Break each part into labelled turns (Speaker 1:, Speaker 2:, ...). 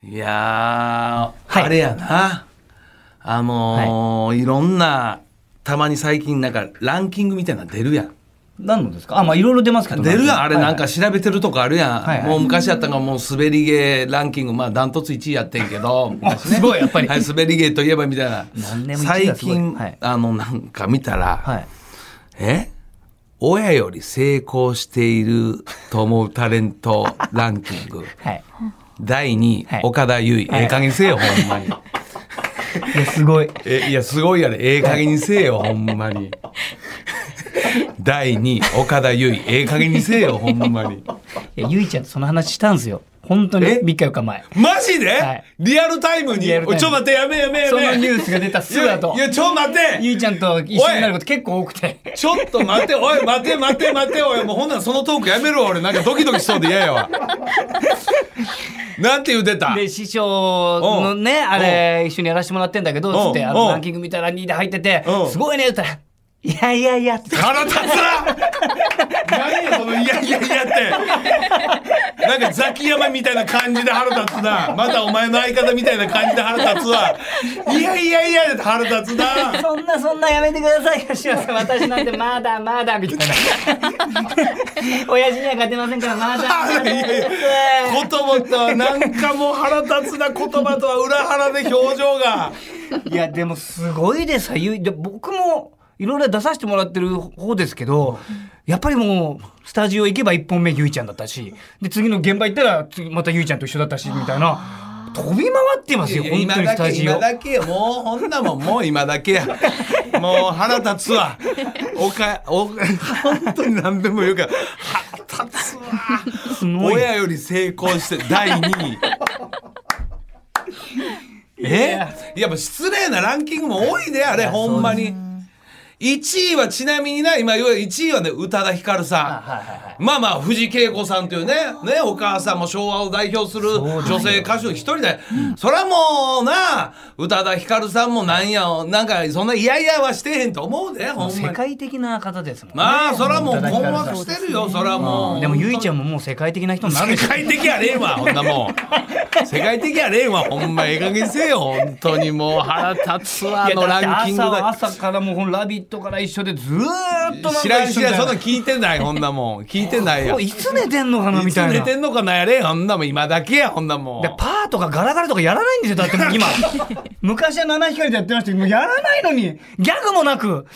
Speaker 1: いやー、
Speaker 2: はい
Speaker 1: あれやな。あのーい、ろんな、たまに最近なんかランキングみたいなの出るやん。
Speaker 2: 何のですかあ、まあいろいろ出ますけど。
Speaker 1: 出るやん、あれ
Speaker 2: はい
Speaker 1: なんか調べてるとこあるやん。
Speaker 2: はいはい
Speaker 1: もう昔やったんがもう滑り芸ランキング、まあダントツ1位やってんけど、昔ね
Speaker 2: すごいやっぱり
Speaker 1: はい、滑り芸といえばみたいな。
Speaker 2: 何年も1位
Speaker 1: 最
Speaker 2: がすごい
Speaker 1: 近、
Speaker 2: はい
Speaker 1: あのなんか見たら、
Speaker 2: はい。
Speaker 1: え親より成功していると思うタレントランキング。
Speaker 2: はい。
Speaker 1: 第2位、
Speaker 2: はい
Speaker 1: 岡田結衣。
Speaker 2: はい
Speaker 1: ええ加減にせえよ、ほんまに。
Speaker 2: いや、すごい。
Speaker 1: えいやすごいやでええ加減にせえよほんまに第2位岡田結衣ええ加減にせえよほんまに
Speaker 2: いや、ゆいちゃんとその話したんですよ。本当に
Speaker 1: え
Speaker 2: 3日4日前。
Speaker 1: マジで、
Speaker 2: はい
Speaker 1: リアルタイムに
Speaker 2: リアルタイ
Speaker 1: おい
Speaker 2: ム
Speaker 1: ちょ待ってやめやめやめ
Speaker 2: そのニュースが出たすぐだと
Speaker 1: いやいやちょ待って
Speaker 2: ゆいちゃんと一緒になること結構多くて。
Speaker 1: ちょっと待ておい待て待て待ておいもうほんならそのトークやめろ俺なんかドキドキしそうで嫌やわなんて言うてた
Speaker 2: で、師匠のね、
Speaker 1: うん
Speaker 2: あれ、一緒にやらせてもらってんだけど、つって、
Speaker 1: うん
Speaker 2: あの、
Speaker 1: うん
Speaker 2: ランキング見たら2位で入ってて
Speaker 1: う、ん
Speaker 2: すごいね、って言ったら、いやいやいや、って。
Speaker 1: 腹立つな何やそのいやいやいやってなんかザキヤマみたいな感じで腹立つなまたお前の相方みたいな感じで腹立つわいやいやいやって腹立つな
Speaker 2: そんなそんなやめてくださいよ、吉野さん。私なんてまだまだ、みたい な。親父には勝てませんから、まだまだ
Speaker 1: いやいや
Speaker 2: です。
Speaker 1: 言葉とはなんかもう腹立つな言葉とは裏腹で表情が
Speaker 2: いや、でもすごいです。ゆいで僕も、いろいろ出させてもらってる方ですけど、やっぱりもう、スタジオ行けば1本目ゆいちゃんだったし、で、次の現場行ったら、次またゆいちゃんと一緒だったし、みたいな、飛び回ってますよ、本当にスタジオ。
Speaker 1: けもうほんなもんもう今だけやもう腹立つわおかお か本当に何でも言うから腹立つわ
Speaker 2: すごい。
Speaker 1: 親より成功して第2位えやっぱ失礼なランキングも多いねあれほんまに1位はちなみにな今言う1位はね宇多田ヒカルさん
Speaker 2: はいはいはい
Speaker 1: まあまあ藤圭子さんというねねお母さんも昭和を代表する女性歌手の一人でそりゃもうな宇多田ヒカルさんもなんやなんかそんな嫌々はしてへんと思うでほんま
Speaker 2: 世
Speaker 1: に
Speaker 2: 界的な方ですもんね。
Speaker 1: まあそりゃもう
Speaker 2: 宇多
Speaker 1: 困
Speaker 2: 田ヒカルさん
Speaker 1: 惑してるよそりゃもう
Speaker 2: でもゆいちゃんももう世界的な人になるでし
Speaker 1: 世
Speaker 2: ょ。
Speaker 1: 界的やれんわほんなもん世界的やれんわほんまええ加減せえよ本当にもう腹立つわあ
Speaker 2: いや
Speaker 1: の
Speaker 2: だって
Speaker 1: ランキング
Speaker 2: 朝は
Speaker 1: だ
Speaker 2: 朝からもうこの「ラビット!」から一緒でずーっとなんか
Speaker 1: 知らん
Speaker 2: 一緒
Speaker 1: 知
Speaker 2: み
Speaker 1: らん
Speaker 2: たい
Speaker 1: そ
Speaker 2: なん
Speaker 1: なん聞いてないほんなもん聞いてないやん
Speaker 2: もう
Speaker 1: い
Speaker 2: いつ寝てんのかなみ
Speaker 1: つ
Speaker 2: たいな
Speaker 1: 寝てんのかなやれんほんなもん今だけやほんなもん
Speaker 2: でパーとかガラガラとかやらないんですよだってもう 今昔は七光でやってましたけどもうやらないのにギャグもなく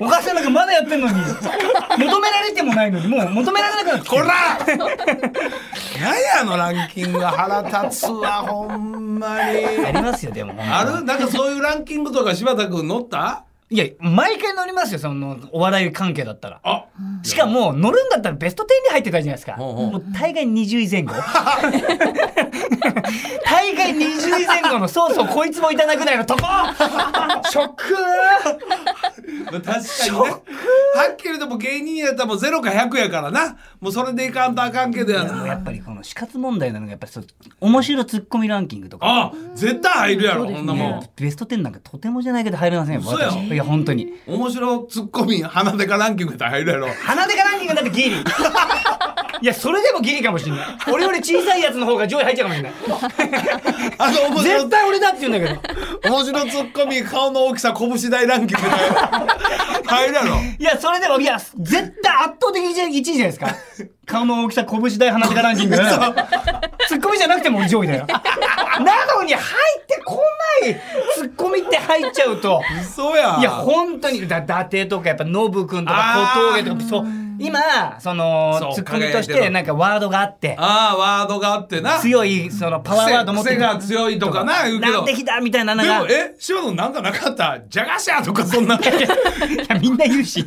Speaker 2: お母さんなんかまだやってんのに求められてもないのにもう求められなくなってき
Speaker 1: こ
Speaker 2: て
Speaker 1: ら 何やあのランキング腹立つわほんまに
Speaker 2: ありますよでも本当に
Speaker 1: あるなんかそういうランキングとか柴田君乗った
Speaker 2: いや毎回乗りますよそのお笑い関係だったら
Speaker 1: あ
Speaker 2: しかも乗るんだったらベスト10に入ってたじゃないですか。
Speaker 1: ほうほう
Speaker 2: もう大概20位前後。 大概20位前後のそうそうこいつもいただくないのとこショック
Speaker 1: 確かにねはっきり言うともう芸人やったらもう0か100やからなもうそれでいかんとあかんけどや
Speaker 2: でも
Speaker 1: な
Speaker 2: やっぱりこの死活問題なのがやっぱりそう面白ツッコミランキングとか。
Speaker 1: あ絶対入るやろこんなもん
Speaker 2: ねベスト10なんかとてもじゃないけど入れませんよ
Speaker 1: 嘘やん
Speaker 2: 私いや本当に
Speaker 1: 面白ツッコミ鼻でかランキングやったら入るやろ
Speaker 2: 鼻でかランキングだってギリ いやそれでもギリかもしれない俺より小さいやつの方が上位入っちゃうかもしれない
Speaker 1: あの面白
Speaker 2: 絶対俺だって言うんだけど
Speaker 1: 面白ツッコミ顔の大きさ拳大ランキングで入るやろ
Speaker 2: いや、それでも、いや、絶対圧倒的1位じゃないですか。顔の大きさ、拳大鼻手がランキ ング。ツッコミじゃなくても上位だよ。なのに入ってこないツッコミって入っちゃうと。
Speaker 1: そうや
Speaker 2: いや、本当に、だ、伊達とか、やっぱ、ノブくんとか、
Speaker 1: あー
Speaker 2: 小峠とか、そう、今、その
Speaker 1: そう、
Speaker 2: ツッコミと
Speaker 1: 輝い
Speaker 2: し
Speaker 1: て
Speaker 2: て、
Speaker 1: る
Speaker 2: なんかワードがあって、
Speaker 1: ああワードがあってな
Speaker 2: 強い、その、パワーワード持って
Speaker 1: 癖が強いとかな言うけど
Speaker 2: なんできたみたいな、なん
Speaker 1: で
Speaker 2: か
Speaker 1: も、え柴田なんかなかったじゃがしゃとかそ んな
Speaker 2: いや、みんな言うし、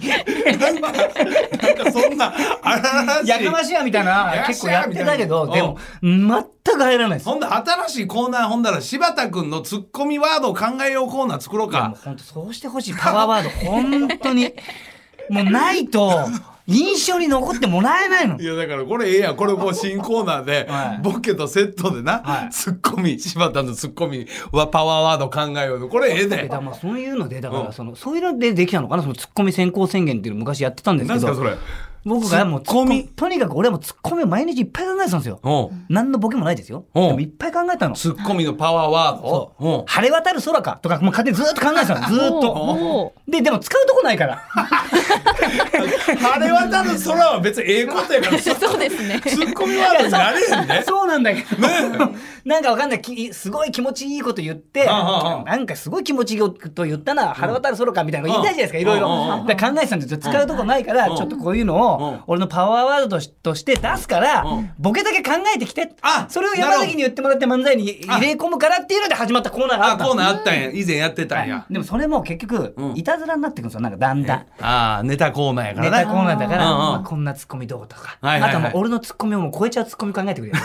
Speaker 1: なんかなんかそんなあららしい
Speaker 2: やかましやみたいな、結構やってたけど、でも、全く入らないです。
Speaker 1: ほんで新しいコーナーほんだら柴田君のツッコミワードを考えようコーナー作ろう
Speaker 2: いやも
Speaker 1: か
Speaker 2: う。本当そうしてほしいパワーワード本当にもうないと印象に残ってもらえないの
Speaker 1: いやだからこれええやんこれもう新コーナーで、
Speaker 2: はい
Speaker 1: ボケとセットでな、
Speaker 2: はい
Speaker 1: ツッコミ柴田のツッコミはパワーワード考えようのこれええ
Speaker 2: えだ
Speaker 1: で
Speaker 2: からまあそういうのでだか
Speaker 1: う
Speaker 2: ら
Speaker 1: ん
Speaker 2: そのそういうのでできたのかなそのツッコミ先行宣言っていうの昔やってたんですけ
Speaker 1: 何す
Speaker 2: ど
Speaker 1: かそれ
Speaker 2: 僕がもう
Speaker 1: ツッコミ
Speaker 2: とにかく俺はもうツッコミを毎日いっぱい考えてたんですよ。
Speaker 1: おう
Speaker 2: 何のボケもないですよ。
Speaker 1: うん
Speaker 2: でもいっぱい考えたの。
Speaker 1: ツッコミのパワーワード
Speaker 2: そう晴れ渡る空かとか、もう勝手にずーっと考え てたの。ずーっと。
Speaker 3: お
Speaker 2: で、でも使うとこないから。
Speaker 1: うん晴れ渡る空は別にええことやから ツ
Speaker 3: ーそうですね。
Speaker 1: ッコミワードになれへんね
Speaker 2: そうなんだけど、 なんかわかんないきすごい気持ちいいこと言って
Speaker 1: ああああ
Speaker 2: なんかすごい気持ちいいこと言ったな腹渡るソロかみたいなの言いたいじゃないですかいろい
Speaker 1: うんうんう
Speaker 2: ろ
Speaker 1: ん
Speaker 2: だから考えてたんですよ使うとこないから
Speaker 1: うん
Speaker 2: ちょっとこういうの
Speaker 1: うん
Speaker 2: を俺のパワーワードとしとして出すから
Speaker 1: うん
Speaker 2: ボケだけ考えてきて
Speaker 1: あ
Speaker 2: それを山崎に言ってもらって漫才に入れ込むからっていうので始まったコーナーがあ
Speaker 1: あ
Speaker 2: った
Speaker 1: コー
Speaker 2: んで
Speaker 1: ナーあったんや以前やってたん
Speaker 2: す
Speaker 1: や
Speaker 2: でもそれも結局
Speaker 1: うん
Speaker 2: いたずらになってくるんですよなんかだんだん。
Speaker 1: ああネタコーナーやか
Speaker 2: ネタコ
Speaker 1: ら
Speaker 2: ーナーだから、
Speaker 1: うんうん
Speaker 2: まあ、こんなツッコミどうとか、
Speaker 1: はいはいはい
Speaker 2: あとはもう俺のツッコミをもう超えちゃうツッコミ考えてくれる
Speaker 1: な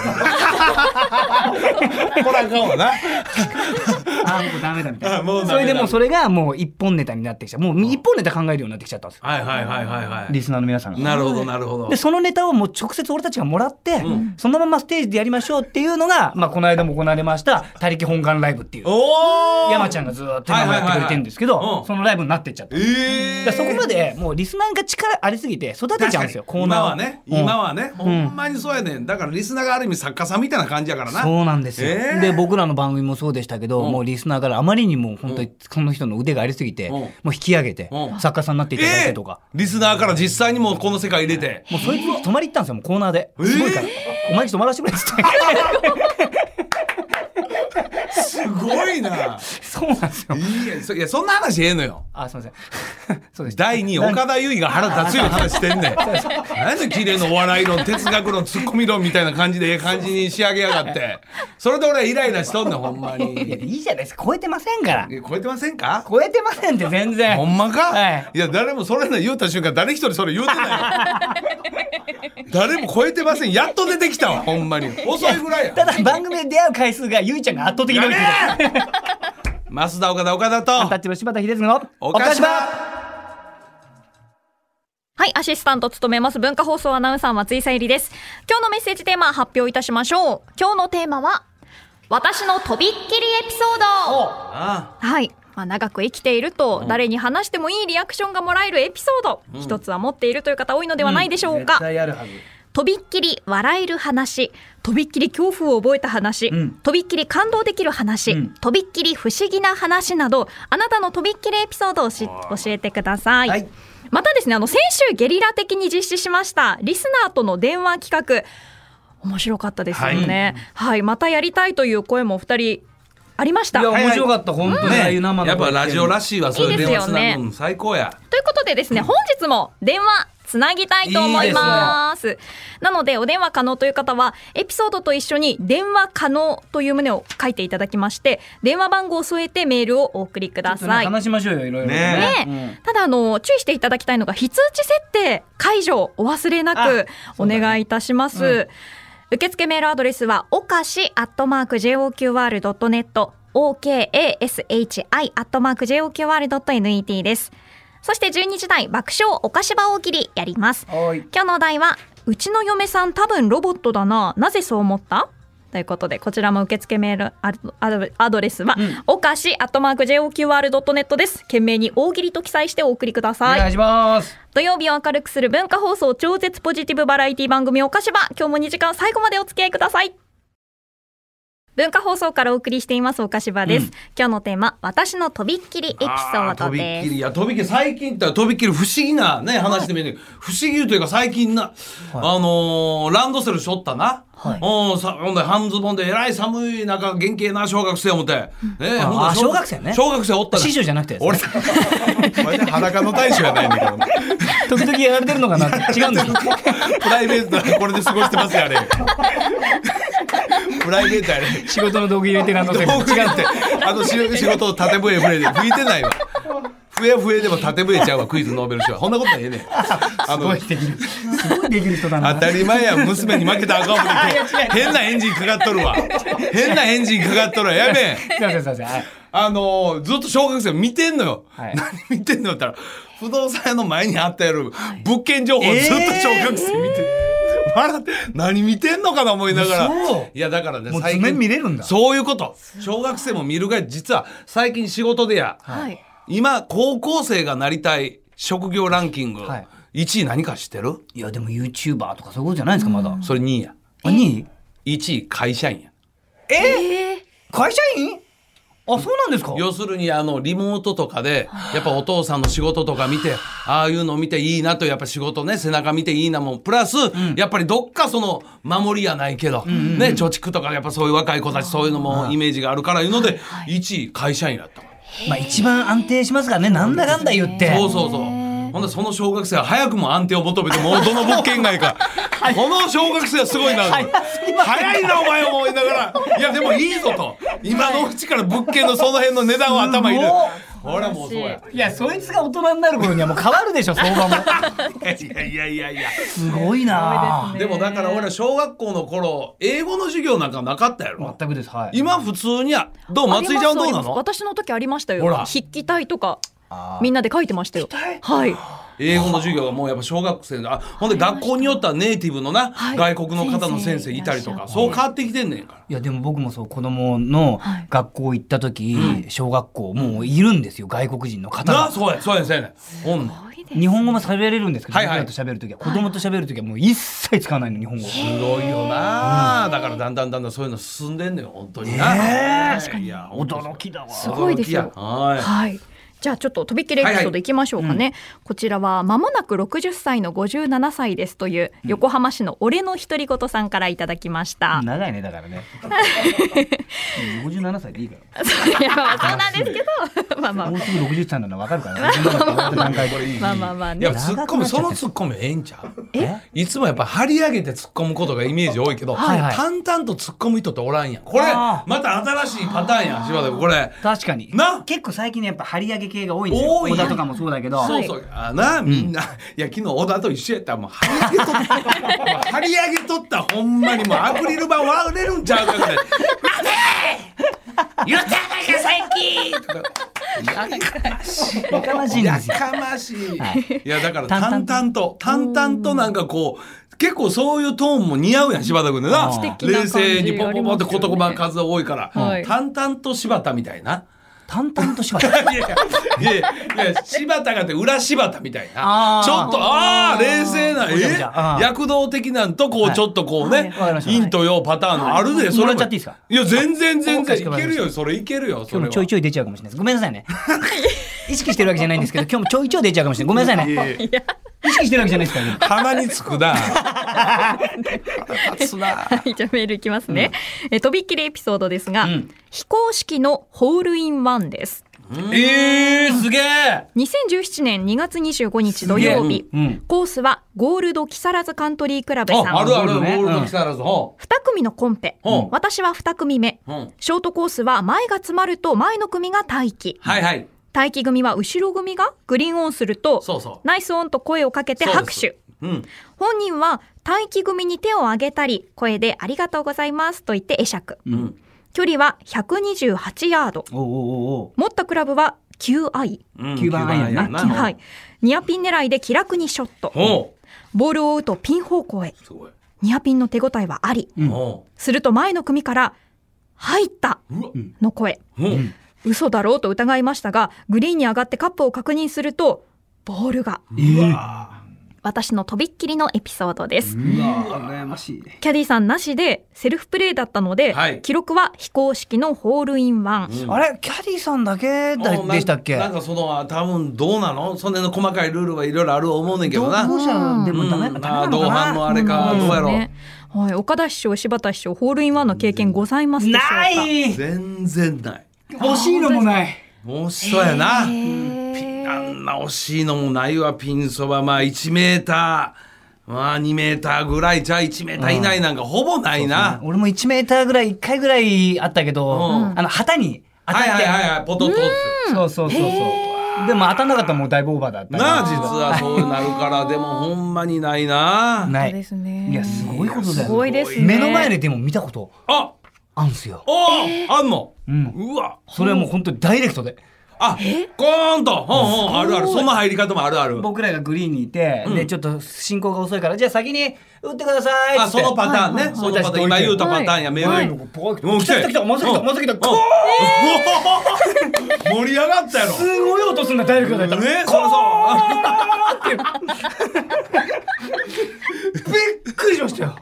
Speaker 1: こらかもな
Speaker 2: あーもうダメだみたい
Speaker 1: あ
Speaker 2: な
Speaker 1: もうダメだ
Speaker 2: それでもうそれがもう一本ネタになってきちゃうもう一本ネタ考えるようになってきちゃったんですよ、
Speaker 1: はいはいはいはいは
Speaker 2: リスナーの皆さん
Speaker 1: い
Speaker 2: が
Speaker 1: なるほどなるほど
Speaker 2: でそのネタをもう直接俺たちがもらって、そのままステージでやりましょうっていうのが、まあ、この間も行われました「他力本願ライブ」っていう
Speaker 1: おお
Speaker 2: 山ちゃんがずーっと今もやってくれてるんですけど、
Speaker 1: はいはいはいうん
Speaker 2: そのライブになってっちゃった、
Speaker 1: ええ
Speaker 2: だからそこまでもうリスナーが力ありすぎて育てちゃうんですよ
Speaker 1: 確かに
Speaker 2: コーナー
Speaker 1: 今
Speaker 2: を
Speaker 1: はね今は
Speaker 2: うん
Speaker 1: ね、ほんまにそうやねんだからリスナーがある意味作家さんみたいな感じやからな
Speaker 2: そうなんですよ、
Speaker 1: えー
Speaker 2: で僕らの番組もそうでしたけど、
Speaker 1: ん
Speaker 2: もうリスナーからあまりにも本当にその人の腕がありすぎて、
Speaker 1: うん
Speaker 2: もう引き上げて、
Speaker 1: うん
Speaker 2: 作家さんになっていただい
Speaker 1: え
Speaker 2: て
Speaker 1: え
Speaker 2: とか、
Speaker 1: リスナーから実際にもうこの世界入れ て
Speaker 2: もうそいつに泊まり行ったんですよもうコーナーで、
Speaker 1: えー
Speaker 2: すごいからお前に泊まらせてくれっつって
Speaker 1: すごいな
Speaker 2: そうなんですよ
Speaker 1: いやそいやそんな話ええのよ
Speaker 2: あすいません そうでした
Speaker 1: 第2位岡田結衣が腹立つような話してん ねん何で綺麗のお笑い論哲学論ツッコミ論みたいな感じでええ感じに仕上げやがってそれで俺はイライラしとんねんほんま
Speaker 2: い やい
Speaker 1: に
Speaker 2: いじゃないですか超えてませんから
Speaker 1: え超えてませんか
Speaker 2: 超えてませんって全 然
Speaker 1: ほんまか、
Speaker 2: はい
Speaker 1: い、や誰もそれの言うた瞬間誰一人それ言うてないよ誰も超えてませんやっと出てきたわほんまに遅いぐらいや
Speaker 2: ただ番組で出会う回数がゆいちゃんが圧倒的に多いっていう
Speaker 1: やめ増田岡田岡田
Speaker 2: ア
Speaker 1: と
Speaker 2: ン タッチャブル柴田秀嗣の
Speaker 1: 岡島
Speaker 3: はい、アシスタント務めます文化放送アナウンサー松井さゆりです。今日のメッセージテーマ発表いたしましょう。今日のテーマは、私のとびっきりエピソード
Speaker 1: あ
Speaker 3: はい、まあ、長く生きていると誰に話してもいいリアクションがもらえるエピソード、一つは持っているという方多いのではないでしょうか、
Speaker 2: 絶対あるはず
Speaker 3: とびっきり笑える話とびっきり恐怖を覚えた話、
Speaker 2: ん
Speaker 3: とびっきり感動できる話、
Speaker 2: うん
Speaker 3: とびっきり不思議な話などあなたのとびっきりエピソードをし教えてください。
Speaker 2: はい
Speaker 3: またですねあの先週ゲリラ的に実施しましたリスナーとの電話企画面白かったですよね、はいまたやりたいという声もお二人ありました
Speaker 2: いや
Speaker 1: はい
Speaker 2: 面白かった本当
Speaker 1: あ
Speaker 2: にああい
Speaker 1: ね
Speaker 2: う生の
Speaker 1: やっぱラジオら
Speaker 2: しい
Speaker 1: しいわそういう
Speaker 3: いいです
Speaker 1: 電
Speaker 3: よ
Speaker 1: 話つ
Speaker 3: ね
Speaker 1: なぐの最高や
Speaker 3: ということでですね、本日も電話つなぎたいと思います。なので、お電話可能という方は、エピソードと一緒に電話可能という旨を書いていただきまして、電話番号を添えてメールをお送りください。
Speaker 2: 話しましょうよいろいろ
Speaker 1: ね
Speaker 2: うん
Speaker 3: ただあの注意していただきたいのが非通知設定解除をお忘れな
Speaker 2: あ
Speaker 3: くお願いいたしま
Speaker 2: う
Speaker 3: す、受付メールアドレスはおかしアットマーク JOQR.net OKASHI アットマーク JOQR.net ですそして12時台爆笑おかしば大喜利やります
Speaker 2: おい
Speaker 3: 今日のお題はうちの嫁さん多分ロボットだななぜそう思ったということでこちらも受付メールアドアドアドレスは、おかしアットマーク JOQR.net です懸命に大喜利と記載してお送りくだ
Speaker 2: お
Speaker 3: さい、
Speaker 2: 願いします
Speaker 3: 土曜日を明るくする文化放送超絶ポジティブバラエティ番組おかしば今日も2時間最後までお付き合いください文化放送からお送りしていますおかしばです、今日のテーマ私のとびっきりエピソ
Speaker 1: あ
Speaker 3: ー
Speaker 1: と
Speaker 3: ド
Speaker 1: びっ
Speaker 3: で
Speaker 1: き
Speaker 3: す
Speaker 1: りいやとびっきり最近ってとびっきり不思議なね話でもいいねんけど不思議というか最近な、あのーランドセルしょったな、うんさほんで半ズボンでえらい寒い中元気ええな小学生思って、ね
Speaker 2: あ
Speaker 1: ほんで
Speaker 2: あ小学生ね
Speaker 1: 小学生おった
Speaker 2: 師匠じゃなくて
Speaker 1: 俺さ俺ね裸の大使はないんだけどね
Speaker 2: 時々やられてるのかなって違う んですよ
Speaker 1: プライベートはこれで過ごしてますよあれプライベートやね
Speaker 2: 仕事の道具入れてなんとか違
Speaker 1: 道
Speaker 2: う
Speaker 1: 具違ってあの仕事を縦笛笛で吹いてないわ笛笛でも縦笛ちゃうわクイズノーベル賞はこんなことはええねんあ
Speaker 2: すご
Speaker 1: の
Speaker 2: いできるすごいできる人だ
Speaker 1: 当
Speaker 2: な
Speaker 1: たり前や娘に負けたらあかんもんね変なエンジンかかっとるわ変なエンジンかかっとるわやべえ
Speaker 2: すいませんすいませんはい
Speaker 1: あのーずっと小学生見てんのよ、
Speaker 2: はい
Speaker 1: 何見てんのよって言ったら不動産屋の前にあったやる物件情報をずっと小学生見て、笑って何見てんのかな思いながら
Speaker 2: 嘘
Speaker 1: いやだからね
Speaker 2: もう
Speaker 1: 最
Speaker 2: 図
Speaker 1: 近
Speaker 2: 面見れるんだ
Speaker 1: そういうこと小学生も見るが実は最近仕事でや、
Speaker 3: はい
Speaker 1: 今高校生がなりたい職業ランキング、
Speaker 2: はい
Speaker 1: 1位何か知ってる
Speaker 2: いやでも YouTuber とかそういうことじゃないんですかまだ、
Speaker 1: それ2位や
Speaker 2: あ2位
Speaker 1: 1位会社員や
Speaker 3: ええ
Speaker 2: 会社員あそうなんですか
Speaker 1: 要するにあのリモートとかでやっぱお父さんの仕事とか見てああいうの見ていいなとやっぱ仕事ね背中見ていいなもんプラス、やっぱりどっかその守りやないけど、ね貯蓄とかやっぱそういう若い子たちそういうのもイメージがあるからいうので1位会社員やったわ
Speaker 2: まあ一番安定しますからねなんだかんだ言って
Speaker 1: そうそうそうほんでその小学生は早くも安定を求めてもうどの物件街 かこの小学生はすごいな早いなお前思いながらいやでもいいぞと今のうちから物件のその辺の値段は頭いる
Speaker 2: す
Speaker 1: ほらもうそうや
Speaker 2: いやそいつが大人になる頃にはもう変わるでしょ相場も
Speaker 1: いやいやいやいや
Speaker 2: すごいな
Speaker 3: すごい
Speaker 1: でもだから俺ら小学校の頃英語の授業なんかなかったやろ
Speaker 2: 全くですはい
Speaker 1: 今普通にはどう松井ちゃんどうなの
Speaker 3: 私の時ありましたよ
Speaker 1: ほら
Speaker 3: 筆記体とか
Speaker 2: あー
Speaker 3: みんなで書いてましたよはい
Speaker 1: 英語の授業がもうやっぱ小学生であほんで学校によってはネイティブのな、
Speaker 3: はい
Speaker 1: 外国の方の先生いたりとか
Speaker 3: 先
Speaker 1: そう変わってきてんねんから。
Speaker 2: いやでも僕もそう子供の
Speaker 3: はい
Speaker 2: 学校行った時、小学校もういるんですよ外国人の方
Speaker 1: な
Speaker 2: が
Speaker 1: そうやそうやそうやねんほん
Speaker 3: 多いです
Speaker 2: 日本語も喋れるんですけど、
Speaker 1: はいはい
Speaker 2: 僕らと喋る時は子供と喋る時はもう一切使わないの日本語
Speaker 1: すごいよなだからだんだんだんだんそういうの進んでんのよ本当にな、
Speaker 3: 確かに
Speaker 1: いや
Speaker 2: 驚きだわ
Speaker 3: すごいですよ
Speaker 1: 驚きやはい
Speaker 3: はい。じゃあちょっととびっきりエピソードいきましょうかね、こちらは間もなく60歳の57歳ですという横浜市の俺の独り言さんからいただきました、
Speaker 2: 長いねだからね57歳でいいか
Speaker 3: いやまあ そうなんですけどまあま
Speaker 2: ら
Speaker 3: あ
Speaker 2: もうすぐ60歳なの分かるからね57歳って段階で
Speaker 3: まあまあまあ
Speaker 1: い
Speaker 3: ね
Speaker 1: やツッコミそのツッコミええんちゃういつもやっぱ張り上げて突っ込むことがイメージ多いけど、
Speaker 2: はいはい
Speaker 1: 淡々と突っ込む人っておらんやんこれ
Speaker 2: あー
Speaker 1: また新しいパターンやん柴田君これ
Speaker 2: 確かに
Speaker 1: な
Speaker 2: 結構最近ねやっぱ張り上げ系が多いんですよ
Speaker 1: 多い
Speaker 2: 小田とかもそうだけど
Speaker 1: そ
Speaker 3: は
Speaker 1: う
Speaker 3: い
Speaker 1: そうあなみんな、いや昨日小田と一緒やったらもう張り上げとったもう張り上げとったほんまにもうアクリル板割れるんちゃうかぐらい
Speaker 2: 言ったないか最近やかましいん
Speaker 1: や
Speaker 2: ですよ
Speaker 1: かましい。いや、だから
Speaker 2: 淡
Speaker 1: 淡々と、淡々となんかこう、結構そういうトーンも似合うやん、柴田君でな
Speaker 2: 知
Speaker 3: 的。な感
Speaker 1: 冷
Speaker 3: じ
Speaker 1: 静にポンポンポンって
Speaker 3: ありますよね
Speaker 1: 言葉の数が多いから、
Speaker 3: はい
Speaker 1: 淡々と柴田みたいな。
Speaker 2: 淡々としました
Speaker 1: いやいやいや、いや柴田がって裏柴田みたい
Speaker 2: あ
Speaker 1: な。
Speaker 2: ー
Speaker 1: ちょっと、ああ、冷静な、
Speaker 2: ごちゃごちゃ
Speaker 1: え
Speaker 2: うん
Speaker 1: 躍動的なんと、こ
Speaker 2: は
Speaker 1: う、
Speaker 2: い
Speaker 1: ちょっとこう
Speaker 3: はい
Speaker 1: ね
Speaker 2: わかりま、した
Speaker 1: 陰と陽パターンのある
Speaker 2: は
Speaker 1: で、
Speaker 2: い
Speaker 1: それ
Speaker 2: もらっちゃっていいですか
Speaker 1: いや、全然全然、
Speaker 2: お
Speaker 1: い
Speaker 2: かし
Speaker 1: け
Speaker 2: い
Speaker 1: るよ、それいけるよ、そ
Speaker 2: 今日
Speaker 1: れ
Speaker 2: もちょ。
Speaker 1: はい
Speaker 2: ちょい出ちゃうかもしれないですごめんなさいね意識してるわけじゃないんですけど今日もちょいちょい出ちゃうかもしれないごめんなさいね
Speaker 1: い
Speaker 2: 意識してるわけじゃないですからね
Speaker 1: 鼻につくな。腹立つな。
Speaker 3: はい、じゃあメールいきますね、えとびっきりエピソードですが、
Speaker 2: うん
Speaker 3: 非公式のホールインワンです
Speaker 1: ええー、すげえ。
Speaker 3: 2017年2月25日土曜日、
Speaker 2: うんうん
Speaker 3: コースはゴールド木更津カントリークラブさん
Speaker 1: あ、あるある、
Speaker 2: ゴールドね
Speaker 1: ゴールド木更津。ほ
Speaker 3: 2組のコンペ、
Speaker 1: うん
Speaker 3: 私は2組目、
Speaker 1: ううん。
Speaker 3: ショートコースは前が詰まると前の組が待機
Speaker 1: はいはい。
Speaker 3: 待機組は後ろ組がグリーンオンすると
Speaker 1: そうそう。
Speaker 3: ナイスオンと声をかけて
Speaker 1: そうで
Speaker 3: 拍
Speaker 1: す
Speaker 3: 手
Speaker 1: うん。
Speaker 3: 本人は待機組に手を挙げたり声でありがとうございますと言って会釈
Speaker 1: うん。
Speaker 3: 距離は128ヤード
Speaker 2: おうおうおうおう
Speaker 3: 持ったクラブは 9i
Speaker 1: うん
Speaker 2: 九番アイアンな
Speaker 1: 九番ア
Speaker 3: はい。ニアピン狙いで気楽にショット
Speaker 1: ほ
Speaker 3: ボールを追うとピン方向へ
Speaker 1: う。すごい。
Speaker 3: ニアピンの手応えはあり
Speaker 2: うん
Speaker 1: ほ
Speaker 3: すると前の組から「入った!
Speaker 1: う。うわ。」
Speaker 3: の声
Speaker 1: ほう。
Speaker 3: 嘘だろうと疑いましたがグリーンに上がってカップを確認するとボールが
Speaker 1: うわ。
Speaker 3: 私のとびっきりのエピソードです、
Speaker 2: うわ羨ましい
Speaker 3: キャディさんなしでセルフプレーだったので、
Speaker 1: はい
Speaker 3: 記録は非公式のホールインワン、
Speaker 1: うん
Speaker 2: あれキャディさんだけだ
Speaker 1: おな
Speaker 2: でしたっけ
Speaker 1: なんかそのあ多分どうなのそんなの細かいルールはいろいろあると思うねんけどな
Speaker 2: 同行者でもダメ
Speaker 1: うん
Speaker 2: ダメなの
Speaker 1: 同
Speaker 2: かな
Speaker 1: 伴のあれかどうやろ
Speaker 3: ねはい、岡田師匠柴田師匠ホールインワンの経験ございますでしょうか
Speaker 2: ない
Speaker 1: 全然ない
Speaker 2: 惜しいのもない
Speaker 1: もうそうやな、
Speaker 3: へ
Speaker 1: あ
Speaker 3: ー
Speaker 1: んな惜しいのもないわ、ピンそば、まあ1メーター、まあ2メーターぐらい、じゃあ1メーター以内なんかほぼないな。
Speaker 2: 俺も1メーターぐらい1回ぐらいあったけ
Speaker 1: う
Speaker 2: ど
Speaker 1: ん
Speaker 2: あの旗に当たっ
Speaker 1: はい
Speaker 2: て
Speaker 1: はいはいはい、ポトッと落ち
Speaker 2: そうそうそうそうでも当たんなかったらもうだいぶオーバーだった
Speaker 1: てなあ、
Speaker 2: あ
Speaker 1: 実はそうなるから、でもほんまにないな。
Speaker 2: な
Speaker 3: そうで
Speaker 2: い
Speaker 3: すね
Speaker 2: いやすごいことだよ
Speaker 3: すごいですね
Speaker 2: 目の前ででも見たこと
Speaker 1: あ
Speaker 2: あんすよ
Speaker 1: おーあんの
Speaker 2: うん
Speaker 1: うわ。
Speaker 2: それはもう本当にダイレクトで
Speaker 1: あ、ゴーンと、ほんほん、あるある、その入り方もあるある。
Speaker 2: 僕らがグリーンにいて
Speaker 1: うん
Speaker 2: でちょっと進行が遅いからじゃあ先に打ってくださいっつ
Speaker 1: あ、
Speaker 2: っ
Speaker 1: そ
Speaker 2: て
Speaker 1: のパターン
Speaker 3: はいはいは
Speaker 1: ね
Speaker 3: い。
Speaker 1: そのパターン、今言うたパターンや、メール。
Speaker 3: はい
Speaker 1: うん
Speaker 2: ポー
Speaker 1: うん
Speaker 2: 来た来た来たまさきたまさきた
Speaker 1: おー盛り上がったやろ。
Speaker 2: すごい音すんだダイレクトで
Speaker 1: ね、そうそう。
Speaker 2: ましたよ。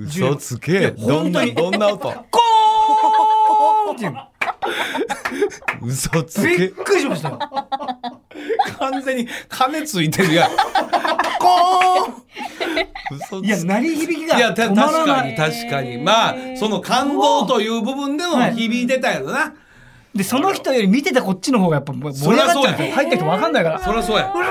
Speaker 4: 嘘つけ。どんな、どんな音。
Speaker 2: ゴーンっていう
Speaker 4: 嘘つ
Speaker 2: びっ
Speaker 4: け。
Speaker 2: くりしましたよ。
Speaker 1: 完全に金ついてるやん。
Speaker 4: 嘘
Speaker 2: いや、
Speaker 4: つけ。
Speaker 2: 鳴り響きが
Speaker 1: いや、た
Speaker 2: 止
Speaker 1: 確
Speaker 2: まら
Speaker 1: か
Speaker 2: な
Speaker 1: に
Speaker 2: い。
Speaker 1: 確かに。まあ、その感動という部分でも響いてたやろな。
Speaker 2: で、その人より見てたこっちの方がやっぱ盛り上がっちゃう
Speaker 1: そりゃそうや
Speaker 2: 入ってる人わかんないから。
Speaker 1: そりゃそうや。うわ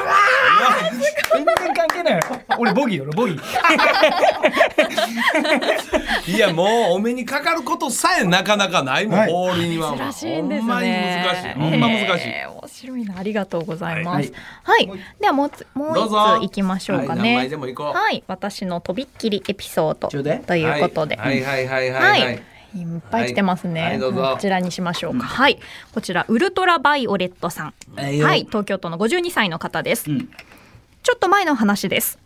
Speaker 2: 全然関係ないよ。俺ボギーよ、俺ボギー。
Speaker 1: いや、もうお目にかかることさえなかなかないもん、
Speaker 2: はい
Speaker 1: ホールには。
Speaker 3: 珍しいんで
Speaker 1: ほ
Speaker 3: すね。
Speaker 1: んまに難しい。ほんま難しい。
Speaker 3: えー面白いな、ありがとうございます。は、
Speaker 2: はい
Speaker 3: ではもうつもう
Speaker 1: どうぞ
Speaker 3: 一ついきましょうか
Speaker 1: はい何枚
Speaker 3: ね
Speaker 1: で。も行こう。
Speaker 3: はい、私のとびっきりエピソード
Speaker 2: 中で
Speaker 3: ということで。
Speaker 1: はいはいはいはい
Speaker 3: は、
Speaker 1: はいい
Speaker 3: い
Speaker 1: はい。
Speaker 3: っぱい来てますね。
Speaker 1: はいどうぞ
Speaker 3: こちらにしましょうか。はい、こちらウルトラバイオレットさん。はい、東京都の52歳の方です。
Speaker 2: ん
Speaker 3: ちょっと前の話です。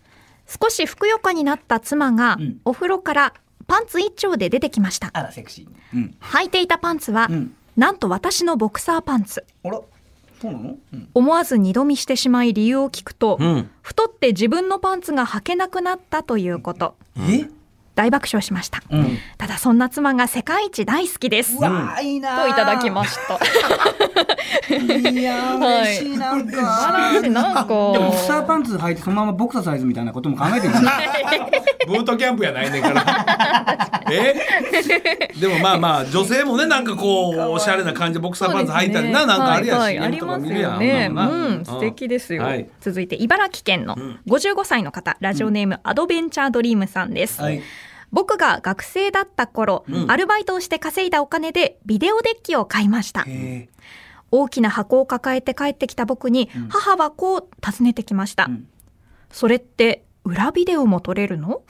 Speaker 3: 少しふくよかになった妻が、
Speaker 2: ん
Speaker 3: お風呂からパンツ一丁で出てきました。
Speaker 2: あら、セクシー。うん。
Speaker 3: 履いていたパンツは、
Speaker 2: ん
Speaker 3: なんと私のボクサーパンツ。
Speaker 2: あら、そうなのうん。
Speaker 3: 思わず二度見してしまい理由を聞くと、
Speaker 1: うん。
Speaker 3: 太って自分のパンツが履けなくなったということ。
Speaker 2: え
Speaker 3: 大爆笑しました。
Speaker 2: うん。
Speaker 3: ただそんな妻が世界一大好きです。
Speaker 2: うわー、いいなー。
Speaker 3: といただきま した。
Speaker 2: いやー、嬉しいな、なんか。
Speaker 3: 嵐なんか。
Speaker 2: でもボクサーパンツ履いてそのままボクサーサイズみたいなことも考えてるんですよ
Speaker 1: ブートキャンプやないねんから。 えでもまあまあ、女性もね、なんかこう、おしゃれな感じでボクサーパンツ履いたりな、なんかあるやし、
Speaker 3: はいはいあ
Speaker 1: CM
Speaker 3: り
Speaker 1: とか
Speaker 3: ます
Speaker 1: 見るや
Speaker 3: よ
Speaker 1: ん。
Speaker 3: ね。
Speaker 1: まあまあ
Speaker 3: うん、素敵ですよ
Speaker 1: はい。
Speaker 3: 続いて茨城県の55歳の方、ラジオネームアドベンチャードリームさんです。
Speaker 2: はい
Speaker 3: 僕が学生だった頃、アルバイトをして稼いだお金でビデオデッキを買いました。
Speaker 2: え
Speaker 3: 大きな箱を抱えて帰ってきた僕に、母はこう尋ねてきました。それって裏ビデオも撮れるの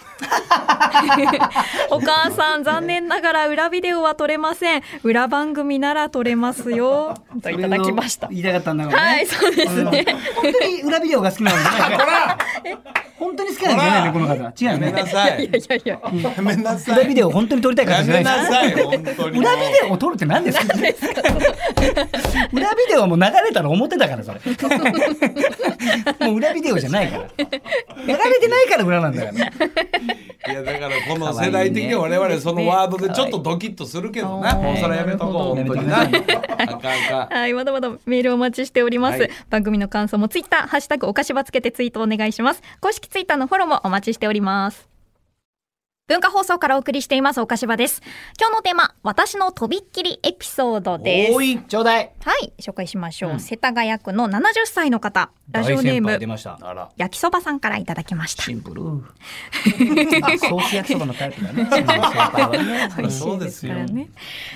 Speaker 3: お母さん残念ながら裏ビデオは撮れません裏番組なら撮れますよと
Speaker 2: ー
Speaker 3: いただきました
Speaker 2: それを言いたかったんだろうね、
Speaker 3: はいそうですね
Speaker 2: 本当に裏ビデオが好きなんじゃないの本当に好きなんじゃないのこの方違うよ
Speaker 1: やめな
Speaker 2: ね
Speaker 1: さ
Speaker 3: い
Speaker 1: い。
Speaker 3: やいやいや
Speaker 1: やめなさ
Speaker 2: 裏
Speaker 1: い
Speaker 2: ビ。デオを本当に撮りたい方
Speaker 1: や
Speaker 2: じゃな
Speaker 1: め
Speaker 2: い
Speaker 1: なさい、
Speaker 2: です
Speaker 1: 本当に。
Speaker 2: 裏ビデオを撮るって何ですか裏ビデオはもう流れたら表だから それもう裏ビデオじゃないから流れてないから裏なんだから
Speaker 1: いやだからこの世代的には我々そのワードでちょっとドキッとするけどな、
Speaker 3: そうです
Speaker 1: も
Speaker 3: ね
Speaker 1: うそれやめとこう本
Speaker 2: なるほ
Speaker 1: 当
Speaker 2: ど
Speaker 1: になあ
Speaker 2: やめ
Speaker 1: かんあか
Speaker 3: はいまだまだメールお待ちしております、
Speaker 1: はい
Speaker 3: 番組の感想もツイッターハッシュタグおかしばつけてツイートお願いします公式ツイッターのフォローもお待ちしております文化放送からお送りしていますおかしばです今日のテーマ私のとびっきりエピソードです
Speaker 2: 多いちょうだい
Speaker 3: はい、紹介しましょう。世田谷区の70歳の方、ラジオ
Speaker 2: 大先
Speaker 3: ネー
Speaker 2: 輩
Speaker 3: ム
Speaker 2: 出。ましたあら
Speaker 3: 焼きそばさんからいただきまし た。
Speaker 2: シンプルソース 焼きそばのタイプだねシンプル先輩はね
Speaker 1: んそうですよ
Speaker 3: 美味しいからね。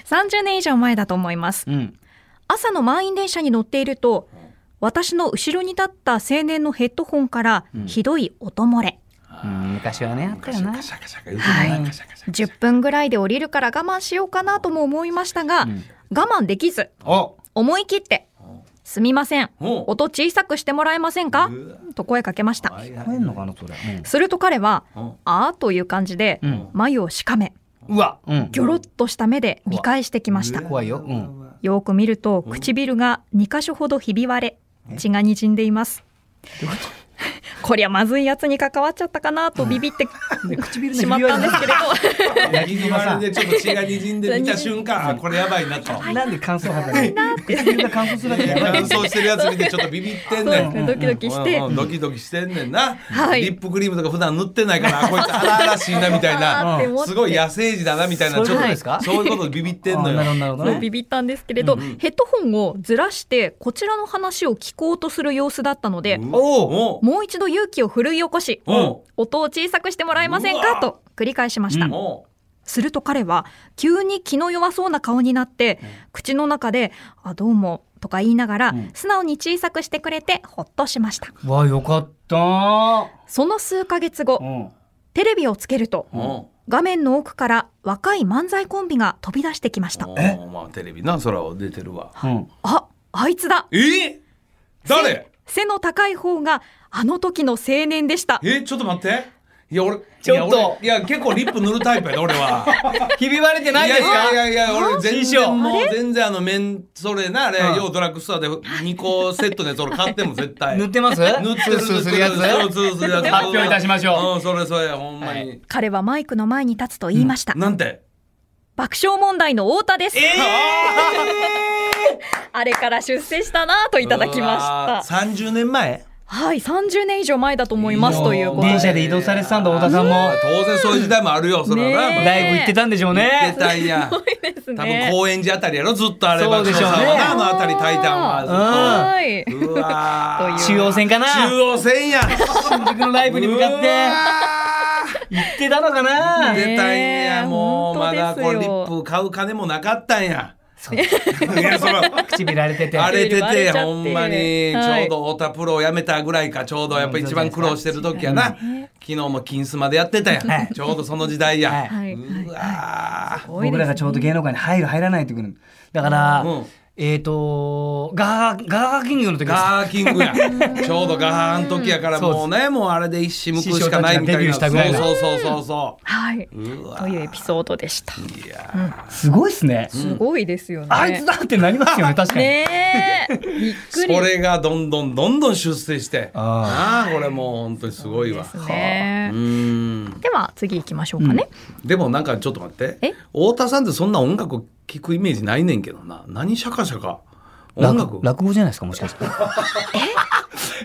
Speaker 3: 30年以上前だと思います。
Speaker 2: うん
Speaker 3: 朝の満員電車に乗っていると、私の後ろに立った青年のヘッドホンからひどい音漏れ。
Speaker 2: うん昔はねあったよ
Speaker 1: ん
Speaker 2: な
Speaker 1: カシャカシャカシャカシャカシャ
Speaker 3: 10分ぐらいで降りるから我慢しようかなとも思いましたが、我慢できず、
Speaker 2: お
Speaker 3: 思い切って、すみません。
Speaker 1: お
Speaker 3: 音小さくしてもらえませんか
Speaker 1: うわ
Speaker 3: と声かけました。
Speaker 1: はい
Speaker 2: 聞
Speaker 1: は
Speaker 2: こえ
Speaker 1: い
Speaker 2: んのかなそれ、
Speaker 3: すると彼は
Speaker 1: うん
Speaker 3: 「あ」という感じで
Speaker 2: ん
Speaker 3: 眉をしかめ
Speaker 2: うわ、うん、
Speaker 3: ギョロッとした目で見返してきました
Speaker 2: 怖いよ、うん、
Speaker 3: よく見ると唇が2箇所ほどひび割れ血がにじんでいますこりゃまずいやつに関わっちゃったかなとビビ って
Speaker 2: 唇
Speaker 3: しまったんですけれ
Speaker 1: 右に割れでちょっと血が滲んで見た瞬間あこれやばいなと
Speaker 2: なんで乾燥肌なの唇が乾燥するだけやば
Speaker 1: 乾
Speaker 2: い
Speaker 1: 燥してるやつ見てちょっとビビってん
Speaker 3: どそう
Speaker 1: ね
Speaker 3: です
Speaker 1: ん
Speaker 3: ねドキドキして
Speaker 1: うんドキドキしてんねんな、
Speaker 3: はい
Speaker 1: リップクリームとか普段塗ってないからあこいつ荒々しいなみたい
Speaker 3: あーって思
Speaker 1: な
Speaker 3: って
Speaker 1: すごい野生児だなみたいな
Speaker 2: そういうこと
Speaker 1: ちょっ
Speaker 2: ですか
Speaker 1: そういうことでビビってんの
Speaker 2: あなるほど
Speaker 1: よ
Speaker 2: なるほど
Speaker 3: そう
Speaker 2: ね
Speaker 3: ビビったんですけれどヘッドホンをずらしてこちらの話を聞こうとする様子だったので
Speaker 2: おお
Speaker 1: おう
Speaker 3: もう一度勇気を奮い起こし
Speaker 1: お
Speaker 3: 音を小さくしてもらえません
Speaker 1: う
Speaker 3: か
Speaker 1: わ
Speaker 3: と繰り返しました
Speaker 2: うん
Speaker 1: おう
Speaker 3: すると彼は急に気の弱そうな顔になって、口の中で「あどうも」とか言いながら、素直に小さくしてくれてほっとしました
Speaker 2: わよかった
Speaker 3: その数ヶ月後、
Speaker 2: うん
Speaker 3: テレビをつけると、
Speaker 1: おう
Speaker 3: 画面の奥から若い漫才コンビが飛び出してきました、
Speaker 1: えまあテレビな空を出てるわ
Speaker 2: うん
Speaker 3: ああいつだ
Speaker 1: え誰
Speaker 3: 背の高い方があの時の青年でした
Speaker 1: えちょっと待っていや俺
Speaker 2: ちょっと
Speaker 1: いや俺いや結構リップ塗るタイプやで俺は
Speaker 2: ひび割れてない
Speaker 1: い
Speaker 2: で
Speaker 1: や
Speaker 2: す
Speaker 1: い
Speaker 2: か
Speaker 1: やいやいや俺全
Speaker 2: 師匠
Speaker 1: 然もう全然あの面それなあれ
Speaker 2: うん
Speaker 1: ようドラッグストアで2個セットのやつ俺買っても絶対
Speaker 2: 塗ってます
Speaker 1: 塗ってる
Speaker 2: スースーするやつ
Speaker 1: そうそうするやつ
Speaker 2: 発表いたしましょう
Speaker 1: うんそれそれほんまに、
Speaker 3: 彼はマイクの前に立つと言いました。
Speaker 1: なんて
Speaker 3: 爆笑問題の太田です。あれから出世したな といただきました。
Speaker 1: た30年前
Speaker 3: はい、30年以上前だと思いますということ
Speaker 2: 電車
Speaker 3: で。
Speaker 2: で移動されてたんだ太田さんも
Speaker 1: 当然そういう時代もあるよそれはな、
Speaker 3: ね
Speaker 2: ライブ行ってたんでしょうね
Speaker 1: 出たんや
Speaker 3: すごいです
Speaker 1: 多
Speaker 3: ね
Speaker 1: 分。高円寺あたりやろずっとあれ
Speaker 2: そうでしょうね
Speaker 1: 爆笑さんはなあのあたりタイタンは
Speaker 3: はい。
Speaker 1: ずっとうわー
Speaker 3: という
Speaker 2: 中央線かな
Speaker 1: 中央線や
Speaker 2: 新宿のライブに向かって行ってたのかな
Speaker 1: 出たん
Speaker 3: ねえ
Speaker 1: やもうまだこう
Speaker 3: 本当
Speaker 1: リ
Speaker 3: ですよ
Speaker 1: ップ買う金もなかったんや
Speaker 2: そう
Speaker 1: いやその
Speaker 2: 唇荒れてて
Speaker 1: 荒れて
Speaker 3: 荒れ
Speaker 1: て
Speaker 3: ちゃって
Speaker 1: ほんまにち
Speaker 3: はい
Speaker 1: ょうど太田プロを辞めたぐらいかちょうどやっぱ一番苦労してる時やな昨日も金スマでやってたや
Speaker 2: は
Speaker 1: ん
Speaker 2: い
Speaker 1: ちょうどその時代
Speaker 2: は
Speaker 1: や
Speaker 2: い
Speaker 3: はい。
Speaker 1: うわー
Speaker 2: 僕らがちょうど芸能界に入る入らないってくるだから、
Speaker 1: うん
Speaker 2: えっ、とガーガーガーキングの時です
Speaker 1: ガーキング やちょうどガーン時やからもうねもうあれで一矢報うしかないみたいな
Speaker 2: 師匠たちがデビューしたぐ
Speaker 1: そ
Speaker 2: らいだ
Speaker 1: うそうそうそ
Speaker 3: はい。
Speaker 1: ううわ
Speaker 3: というエピソードでした。
Speaker 1: いやー
Speaker 2: すごいっすね、
Speaker 3: すごいですよね。
Speaker 2: あいつだってなりますよね確かに、
Speaker 3: ねえ。びっく
Speaker 1: そ
Speaker 3: り。
Speaker 1: れがどんどんどんどん出世して
Speaker 2: あ
Speaker 1: ああこれもう本当にすごいわ
Speaker 3: ですね
Speaker 1: う。ん
Speaker 3: では次行きましょうかね。
Speaker 1: でもなんかちょっと待って
Speaker 3: え
Speaker 1: 太田さんってそんな音楽聞くイメージないねんけどな何シャカシャカ
Speaker 2: あ
Speaker 1: 音楽
Speaker 2: 落語じゃないですかもしかして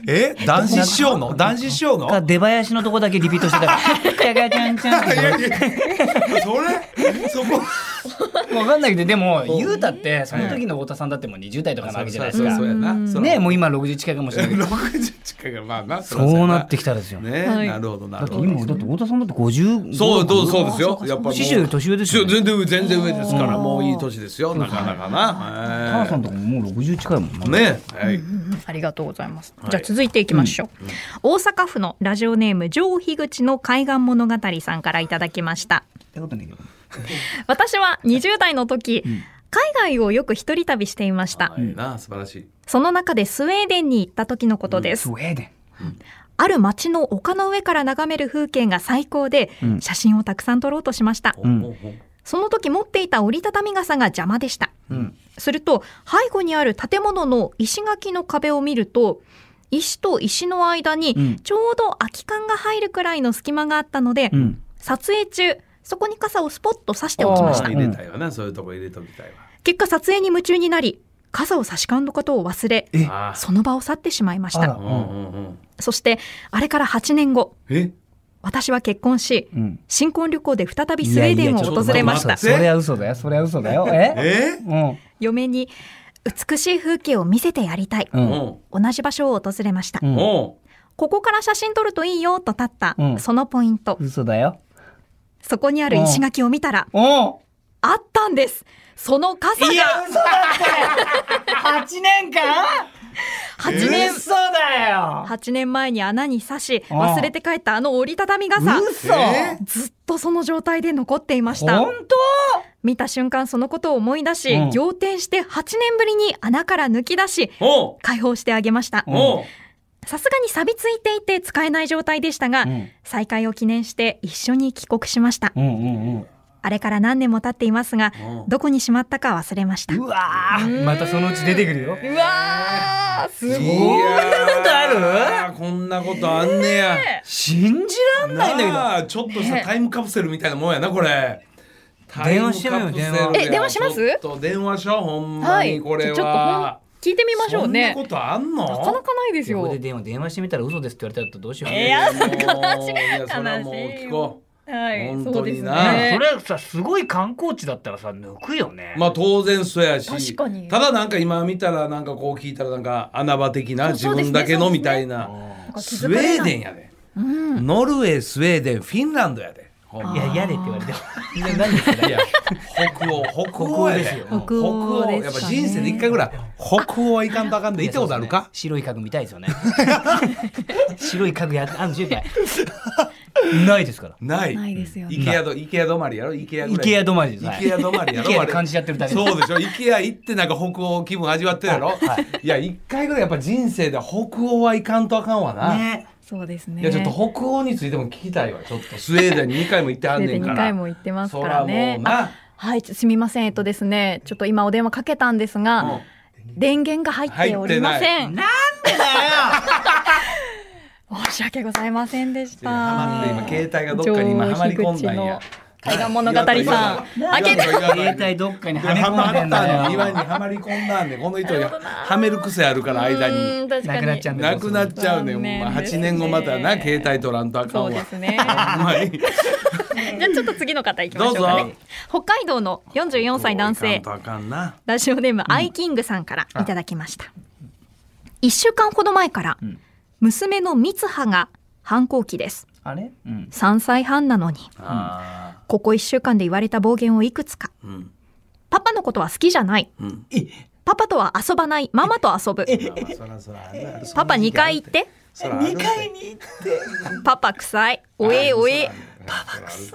Speaker 1: え男子師匠の男子師匠の
Speaker 2: か出囃子のとこだけリピートしてた ら「ちゃがちゃんちゃん」って
Speaker 1: いやいやそれそこ
Speaker 2: 分かんないけどでも言うたってその時の太田さんだってもう20代とかなわけじゃないですか
Speaker 1: そうやなそら
Speaker 2: ねもう今60近いかもしれないけど
Speaker 1: 60近いからまあまあそら
Speaker 2: そうなって
Speaker 1: き
Speaker 2: きたですよ、
Speaker 1: ね
Speaker 3: はい
Speaker 1: なるほどな
Speaker 2: だっ
Speaker 1: る
Speaker 2: て
Speaker 1: ほど
Speaker 2: 今だって太田さんだって50
Speaker 1: そうどうそうですよやっぱもう
Speaker 2: 師匠より年上ですよ、ね、
Speaker 1: 全然上全然上ですからもういい年ですよなかなか
Speaker 2: 田
Speaker 1: な
Speaker 2: 中さ
Speaker 1: は
Speaker 2: んとかももう60近いもん
Speaker 1: い
Speaker 2: ね
Speaker 1: ねはい
Speaker 3: ありがとうございます。
Speaker 1: はい
Speaker 3: じゃあ続いていきましょう。大阪府のラジオネーム上樋口の海岸物語さんからいただきました。
Speaker 2: ってことないけど
Speaker 3: 私は20代の時、海外をよく一人旅していました
Speaker 1: は。いな素晴らしい
Speaker 3: その中でスウェーデンに行った時のことです
Speaker 2: スウ。ェーデン
Speaker 3: ある町の丘の上から眺める風景が最高で、
Speaker 2: うん
Speaker 3: 写真をたくさん撮ろうとしました。
Speaker 2: ん
Speaker 1: ほうほうほう
Speaker 3: その時持っていた折りたたみ傘が邪魔でした。
Speaker 2: うん
Speaker 3: すると背後にある建物の石垣の壁を見ると石と石の間
Speaker 2: う
Speaker 3: に
Speaker 2: ん
Speaker 3: ちょうど空き缶が入るくらいの隙間があったので、
Speaker 2: うん
Speaker 3: 撮影中そこに傘をスポッと差しておきました
Speaker 2: あー
Speaker 1: 入れたいわなそういうとこ入れときたいわ
Speaker 3: 結果撮影に夢中になり傘を差し込んだことを忘れ
Speaker 2: え
Speaker 1: あー
Speaker 3: その場を去ってしまいまし
Speaker 2: あ
Speaker 3: た
Speaker 2: ら
Speaker 1: うんうんうん
Speaker 3: そしてあれから8年後
Speaker 1: え
Speaker 3: 私は結婚し
Speaker 2: うん
Speaker 3: 新婚旅行で再びスウェーデンを訪れま
Speaker 1: いやいやちょっ
Speaker 3: した
Speaker 1: と待って
Speaker 2: それは嘘だよそれは嘘だよえ
Speaker 1: え
Speaker 2: うん
Speaker 3: 嫁に美しい風景を見せてやりたい、
Speaker 2: う
Speaker 1: うんん
Speaker 3: 同じ場所を訪れました、
Speaker 2: うん
Speaker 1: お
Speaker 3: ここから写真撮るといいよと立った、
Speaker 2: うん
Speaker 3: そのポイント
Speaker 2: 嘘だよ
Speaker 3: そこにある石垣を見たら、
Speaker 2: お
Speaker 3: あったんですその傘
Speaker 2: いや
Speaker 3: が
Speaker 2: 嘘だって8年間
Speaker 3: 8年、
Speaker 2: 嘘だよ
Speaker 3: 8年前に穴に刺し
Speaker 2: うん
Speaker 3: 忘れて帰ったあの折りたたみ傘
Speaker 2: 嘘
Speaker 1: え
Speaker 3: ずっとその状態で残っていました
Speaker 2: 本当
Speaker 3: 見た瞬間そのことを思い出し、
Speaker 2: うん
Speaker 3: 仰天して8年ぶりに穴から抜き出し
Speaker 1: お
Speaker 3: 解放してあげました
Speaker 2: うん
Speaker 1: お
Speaker 3: さすがに錆びついていて使えない状態でしたが、
Speaker 2: うん
Speaker 3: 再会を記念して一緒に帰国しました
Speaker 2: うんうんうん
Speaker 3: あれから何年も経っていますが
Speaker 1: うん
Speaker 3: どこにしまったか忘れました
Speaker 2: うわーまたそのうち出てくるよ
Speaker 3: うわーす
Speaker 1: す
Speaker 3: ごい
Speaker 2: こんなことあ
Speaker 1: るこんなことあんねや
Speaker 2: 信じらんないんだけど
Speaker 1: なあちょっとしたタイムカプセルみたいなもんやなこれ
Speaker 2: 電話してみよう
Speaker 1: タイムカプセルや
Speaker 2: 電
Speaker 3: 話え電話します
Speaker 1: ちょっと電話しようほんま
Speaker 3: は
Speaker 1: に
Speaker 3: い
Speaker 1: これ
Speaker 3: じゃ
Speaker 1: は
Speaker 3: あちょっとほん聞いてみましょうね
Speaker 1: そんなことあんの
Speaker 3: なかなかないです
Speaker 2: ここ
Speaker 3: よ
Speaker 2: で電話電話してみたら嘘ですって言われたらどうしよう
Speaker 3: えいや
Speaker 1: もう
Speaker 3: 悲しい
Speaker 1: いやそれはもう
Speaker 3: 悲しい
Speaker 1: 聞こ
Speaker 3: はい
Speaker 1: 本
Speaker 3: そ
Speaker 1: 当
Speaker 3: うです
Speaker 1: に
Speaker 3: ね
Speaker 1: な
Speaker 2: うんそれはさすごい観光地だったらさ抜くよね
Speaker 1: うまあ当然そうやし
Speaker 3: 確かに
Speaker 1: ただなんか今見たらなんかこう聞いたらなんか穴場的な
Speaker 3: そ
Speaker 1: 自
Speaker 3: うそうですね
Speaker 1: 分だけ
Speaker 3: そ
Speaker 1: の
Speaker 3: うですね
Speaker 1: みたいな、
Speaker 2: あ
Speaker 1: スウェーデンやで、ノルウェースウェーデンフィンランドやでほんま
Speaker 2: ーいや嫌でって言われてもいや何ですか
Speaker 1: いや北 欧北欧やで
Speaker 2: 北欧ですよ
Speaker 1: うん
Speaker 3: 北欧
Speaker 1: 北欧
Speaker 3: で
Speaker 1: やっ
Speaker 3: す
Speaker 1: ぱ
Speaker 3: かね
Speaker 1: 人生で一回ぐらい北欧は行かんとあかんで行ったことあるか
Speaker 2: 白い家具見たいですよ ね白い家具やあるんでしょいっぱいないですから
Speaker 1: ない
Speaker 3: ないですよね
Speaker 1: イケアどイケア止まりやろイケアぐらい
Speaker 2: イケア止まりです
Speaker 1: イケア止まりやろ
Speaker 2: イケア
Speaker 1: あれ
Speaker 2: 感じちゃってるだけ
Speaker 1: そうでしょイケア行ってなんか北欧気分味わってるやろいや一回ぐらいやっぱ人生で北欧は行かんとあかんわな
Speaker 2: ね
Speaker 3: そうですね
Speaker 5: いやちょっと北欧についても聞きたいわちょっとスウェーデンに2回も行ってあんねんか
Speaker 3: 2
Speaker 5: ら
Speaker 3: 回も行ってますからね
Speaker 5: そらもうな
Speaker 3: あはいちょすみませんえっとですねちょっと今お電話かけたんですが、電源が入っておりません 申し訳ございませんでした
Speaker 1: ハマって今携帯がどっかに今ハマり込んだんや
Speaker 3: 上口海岸物語さん開けて
Speaker 2: 携帯どっかにはめ
Speaker 1: ハマ
Speaker 2: 込ん
Speaker 1: っ
Speaker 2: で
Speaker 1: た
Speaker 2: ん
Speaker 1: ん
Speaker 2: だ
Speaker 1: だ
Speaker 2: よ
Speaker 1: 岩にはまり込んだんでこの人がはめる癖あるから間に
Speaker 3: うん確
Speaker 2: な
Speaker 3: か
Speaker 2: く
Speaker 3: に
Speaker 2: なっちゃうんだ
Speaker 1: なくなっちゃうねんほんま
Speaker 3: 残念で
Speaker 1: 8
Speaker 3: すね
Speaker 1: 年後またな携帯取らんとあかん
Speaker 3: そ
Speaker 1: わ
Speaker 3: うですね
Speaker 1: ほんまに
Speaker 3: じゃあちょっと次の方行きましょうか
Speaker 1: どう
Speaker 3: ね
Speaker 1: ぞ
Speaker 3: 北海道の44歳男
Speaker 1: 取ら
Speaker 3: 性
Speaker 1: んとあかんな
Speaker 3: ラジオネーム、アイキングさんからいただきました。一週間ほど前から、娘の三葉が反抗期です。
Speaker 2: あれ
Speaker 6: うん。
Speaker 3: 3歳半なのに、
Speaker 1: あ
Speaker 3: ここ一週間で言われた暴言をいくつか。
Speaker 1: ーうん
Speaker 3: パパのことは好きじゃない。
Speaker 1: うん
Speaker 3: パパとは遊ばない。ママと遊ぶ。
Speaker 1: まあまあそらそらあるある
Speaker 3: パパ2回行って。
Speaker 1: そらあるって
Speaker 2: に
Speaker 3: パパ臭い。おえおえ。
Speaker 1: パパ臭い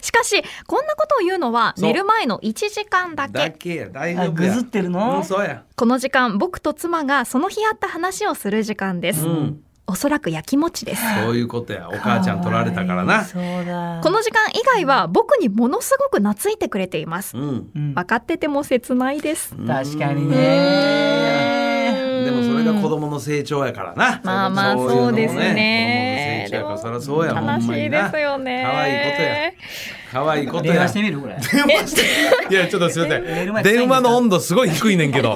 Speaker 3: しかし、こんなことを言うのは寝る前の1時間だ
Speaker 1: だ
Speaker 3: け。
Speaker 1: けや大丈
Speaker 2: あ
Speaker 1: 夫
Speaker 2: ぐ
Speaker 1: や
Speaker 2: ずってる
Speaker 1: う
Speaker 2: の
Speaker 1: んそうや
Speaker 3: この時間、僕と妻がその日あった話をする時間です。
Speaker 1: うん
Speaker 3: おそらくやきもちです。
Speaker 1: そういうことやお母ちゃん取られたからな
Speaker 2: そうだ
Speaker 3: この時間以外は僕にものすごく懐いてくれています。
Speaker 1: うん
Speaker 2: うん
Speaker 3: 分かってても切ないです。
Speaker 2: 確かに
Speaker 3: う
Speaker 2: ね
Speaker 3: ーん
Speaker 1: でもそれが子供の成長やからな。
Speaker 3: まあまあ
Speaker 1: いのも
Speaker 3: そうですね
Speaker 1: 子供の成長やからそりゃそうや
Speaker 3: 悲しいですよ
Speaker 1: 可愛いことや
Speaker 3: ね。
Speaker 1: 可愛いこと
Speaker 2: 電
Speaker 1: や
Speaker 2: 話し。てみるこれ
Speaker 1: 電話し て。いやちょっとすいませ
Speaker 2: 電
Speaker 1: ん。
Speaker 2: 話したいんです
Speaker 1: 電話の温度すごい低いねんけど。